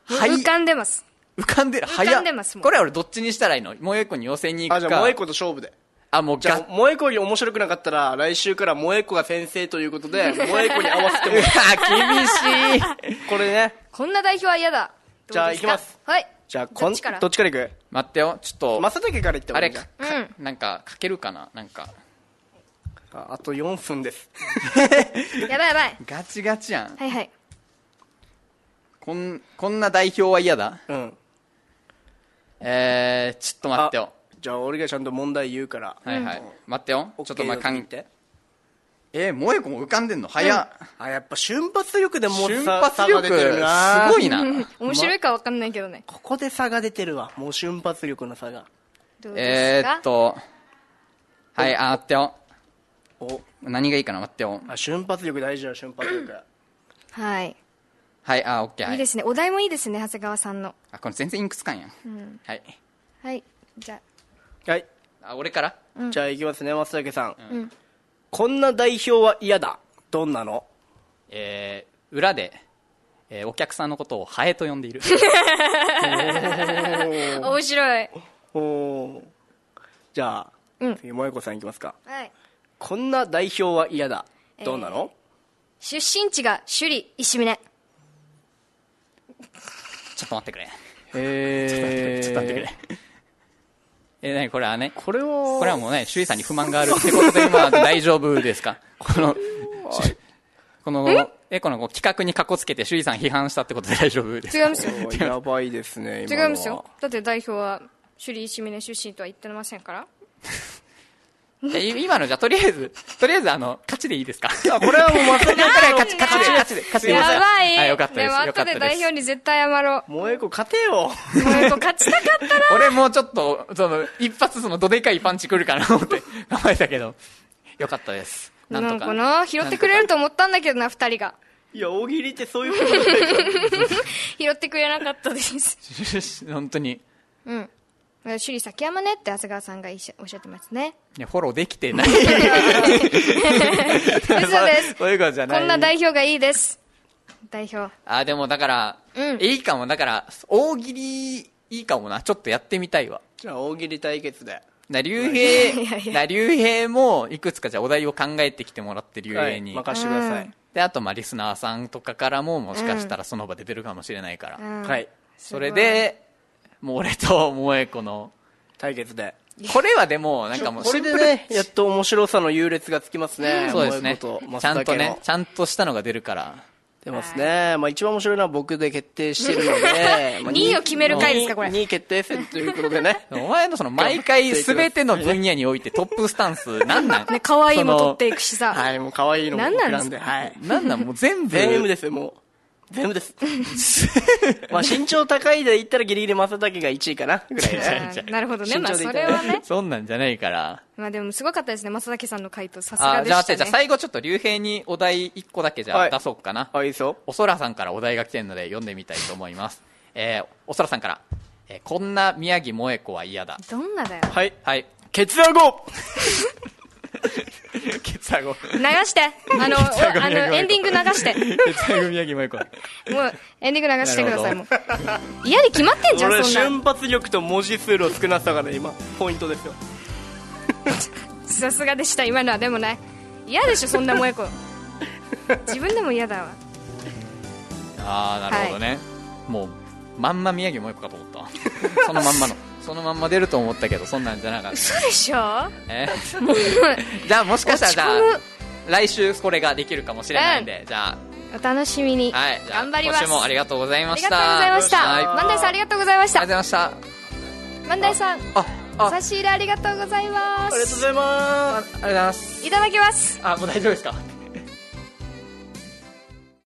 Speaker 1: はい
Speaker 2: 浮かんでます
Speaker 1: 浮かんでる
Speaker 2: 浮かんでます
Speaker 1: 早っ
Speaker 2: もん
Speaker 1: これ俺どっちにしたらいいの萌え子に寄せに行
Speaker 3: あ
Speaker 1: く
Speaker 3: じゃ
Speaker 1: か
Speaker 3: あ萌子と勝負で
Speaker 1: あもう
Speaker 3: じゃあ
Speaker 1: ガ
Speaker 3: 萌子より面白くなかったら来週から萌子が先生ということ で萌子に合わせてもらう
Speaker 1: あ厳 しい
Speaker 3: これね
Speaker 2: こんな代表は嫌だどうですか
Speaker 3: じゃあ行きます
Speaker 2: はい
Speaker 3: じゃあこ
Speaker 2: ど
Speaker 3: ん
Speaker 2: っちから
Speaker 3: どっちからいく
Speaker 1: 待ってよちょっと、
Speaker 3: 正竹からいった
Speaker 1: あ
Speaker 3: 方が
Speaker 1: れ
Speaker 3: いいんじゃ
Speaker 1: か
Speaker 3: ん、
Speaker 1: かなんか書けるかななんか
Speaker 3: ああと4 分です
Speaker 2: やばいやばい
Speaker 1: ガチガチやん
Speaker 2: はいはい
Speaker 1: こんこんな代表は嫌だ
Speaker 3: うん
Speaker 1: えー、ちょっと待ってよ
Speaker 3: じゃあ俺がちゃんと問題言うから
Speaker 1: はいはい、待ってよ
Speaker 3: オッ
Speaker 1: ち
Speaker 3: ケ
Speaker 1: ょ
Speaker 3: ー
Speaker 1: っと前か
Speaker 3: 言
Speaker 1: ん
Speaker 3: て
Speaker 1: えー、萌え子も浮かんでんの早っ、
Speaker 3: あやっぱ瞬発力でもう
Speaker 1: 瞬
Speaker 3: さ
Speaker 1: 発
Speaker 3: 差
Speaker 1: 力
Speaker 3: が出
Speaker 1: す
Speaker 3: てるな
Speaker 1: ごいな、
Speaker 2: 面白いかわかんないけどね
Speaker 3: ここで差が出てるわもう瞬発力の差が
Speaker 2: どうで
Speaker 1: え
Speaker 2: すか
Speaker 1: ー、っとはいあ待ってよ
Speaker 3: お
Speaker 1: 何がいいかな待ってよ
Speaker 3: あ瞬発力大事だよ瞬発力
Speaker 2: はい
Speaker 1: はいあオッケー、はい
Speaker 2: いいですねお題もいいですね長谷川さんの
Speaker 1: あこれ全然インクつかんやん、はい
Speaker 2: はいじゃ
Speaker 3: はい
Speaker 1: あ俺から
Speaker 3: じゃあいきますね松竹さん、こんな代表は嫌だどんなの
Speaker 1: えー裏で、えーお客さんのことをハエと呼んでいる。
Speaker 2: あ面白い
Speaker 3: おおーじゃあ、
Speaker 2: うん
Speaker 3: 次萌子さんいきますか
Speaker 2: はい
Speaker 3: こんな代表は嫌だどんなの、
Speaker 2: 出身地が首里石峰
Speaker 1: ちょっと待ってくれ。
Speaker 3: え
Speaker 1: ちょっと待ってくれ。えー、なにこれはね、こ
Speaker 3: これは
Speaker 1: れはもうね、周囲さんに不満があるってことで今大丈夫ですかこの、しこの、え、この企画にかこつけて周囲さん批判したってことで大丈夫です
Speaker 2: 違い
Speaker 1: か
Speaker 2: ますよ
Speaker 3: おーやばいですね今の
Speaker 2: 違
Speaker 3: はい
Speaker 2: ますよだって代表は首里石峰出身とは言ってませんから
Speaker 1: えい今のじゃあとりあえず、とりあえずあの、勝ちでいいですか
Speaker 3: あこれはもう松竹
Speaker 1: これ勝ち、勝ちで、勝ちで、勝ちで。
Speaker 2: やばい
Speaker 1: あ、よかった
Speaker 2: で
Speaker 1: です。
Speaker 2: も
Speaker 1: よか
Speaker 2: 後
Speaker 1: ったで。
Speaker 2: です代表に絶対謝ろ
Speaker 3: 萌子勝てよ
Speaker 2: うもう一個勝ちたかったな
Speaker 1: 俺もうちょっと、その、一発その、どでかいパンチ来るかなと思って、構えたけど、よかったです。なん
Speaker 2: な
Speaker 1: と
Speaker 2: ん
Speaker 1: か。
Speaker 2: かな拾ってくれると思ったんだけどな二人が
Speaker 3: いや大喜利ってそういうことだよ
Speaker 2: 拾ってくれなかったです
Speaker 1: 本当に。
Speaker 2: うん首里崎山ねって長谷川さんがいっしゃおっしゃってますね
Speaker 1: いや、フォローできてない。
Speaker 2: 嘘です
Speaker 1: そういうことじゃない。
Speaker 2: こんな代表がいいです代表
Speaker 1: あ、でもだから、
Speaker 2: うん
Speaker 1: いいかも。だから、大喜利、いいかもな。ちょっとやってみたいわ。
Speaker 3: じゃあ大喜利対決で
Speaker 1: な、竜
Speaker 2: やい
Speaker 1: 兵、
Speaker 2: や
Speaker 1: な、竜兵も、いくつかじゃあお題を考えてきてもらって、竜兵に。
Speaker 3: 任してください、
Speaker 1: で、あと、まあ、リスナーさんとかからも、もしかしたらその場で出るかもしれないから。
Speaker 2: うん
Speaker 3: はい
Speaker 1: それで、もう俺と萌子の、
Speaker 3: 対決で
Speaker 1: これはでも、なんかもう
Speaker 3: こ
Speaker 1: シ
Speaker 3: れ
Speaker 1: ンプ
Speaker 3: で
Speaker 1: ル、
Speaker 3: ねやっと面白さの優劣がつきますね、
Speaker 1: そうですね
Speaker 3: 萌子と。
Speaker 1: ちゃんとね
Speaker 3: 松茸の、
Speaker 1: ちゃんとしたのが出るから。
Speaker 3: 出ますね、まあ、一番面白いのは僕で決定してるの でまあ
Speaker 2: 二位を決める回ですかこれ
Speaker 3: 2位決定戦ということ でね
Speaker 1: お前のその毎回全ての分野においてトップスタンス、なんなん
Speaker 2: ね可愛い
Speaker 1: そ
Speaker 2: も
Speaker 1: の
Speaker 2: 取っていくしさ、
Speaker 3: はいもう可愛いのも
Speaker 2: 何なんですか
Speaker 3: 選はい
Speaker 1: なんなんもう全部。
Speaker 3: 全部ですよもう全部です まあ身長高いで言ったらギリギリ正竹が1位かなぐらい
Speaker 2: あ
Speaker 3: ね
Speaker 2: ーなるほどね
Speaker 3: 慎
Speaker 2: まあ
Speaker 3: 重でい
Speaker 2: そ
Speaker 3: た
Speaker 2: れ
Speaker 3: だいて
Speaker 2: はね
Speaker 1: そんなんじゃないから。
Speaker 2: まあでもすごかったですね正竹さんの回答さすが
Speaker 1: あ、
Speaker 2: で
Speaker 1: じゃあ
Speaker 2: し
Speaker 1: 待
Speaker 2: た
Speaker 1: って、じゃあ
Speaker 2: ね
Speaker 1: 最後ちょっと竜兵にお題1個だけじゃ
Speaker 3: は
Speaker 1: あ
Speaker 3: い
Speaker 1: 出そうかな。
Speaker 3: あいいですよ
Speaker 1: おそらさんからお題が来てるので読んでみたいと思います。えー、おそらさんから。えーこんな宮城萌子は嫌だ。
Speaker 2: どんなだよ
Speaker 3: はい
Speaker 1: はい。
Speaker 3: 決断後
Speaker 1: ケツアゴ。
Speaker 2: 流して あのおあのエンディング流して
Speaker 1: ケツアゴ宮城萌子。
Speaker 2: もうエンディング流してください
Speaker 1: な
Speaker 2: もう嫌に決ま ってんじゃ
Speaker 3: 俺
Speaker 2: んそん
Speaker 3: 瞬発力と文字数の少なさがね今ポイントですよ
Speaker 2: なさすがでした今のはでもね嫌でしょそんな 萌え子自分でも嫌だわ
Speaker 1: ああなるほどね、もうまんま宮城萌子かと思った そのまんまのそのまんま出ると思ったけどそんなんじゃなかっ
Speaker 2: そうでしょ
Speaker 1: た、 ね、 じゃあもしかしたらじゃ
Speaker 2: 落ち込む
Speaker 1: あ来週これができるかもしれないんで、じゃ
Speaker 2: お楽しみに、
Speaker 1: あはいじゃあ
Speaker 2: 頑張ります
Speaker 1: 今週もありがとうござい
Speaker 2: あ
Speaker 1: ま
Speaker 2: り
Speaker 1: し
Speaker 2: が
Speaker 1: た
Speaker 2: とうございました
Speaker 1: はいありがとう
Speaker 2: 万代さんありがとうございまし
Speaker 1: ご
Speaker 2: た
Speaker 1: ざいました
Speaker 2: 万代さん
Speaker 1: ああ
Speaker 2: 差し入れありがとうございます
Speaker 3: ありがとうござい
Speaker 1: あ
Speaker 3: ます
Speaker 1: りがとうございます
Speaker 2: いただきます
Speaker 1: あもう大丈夫ですか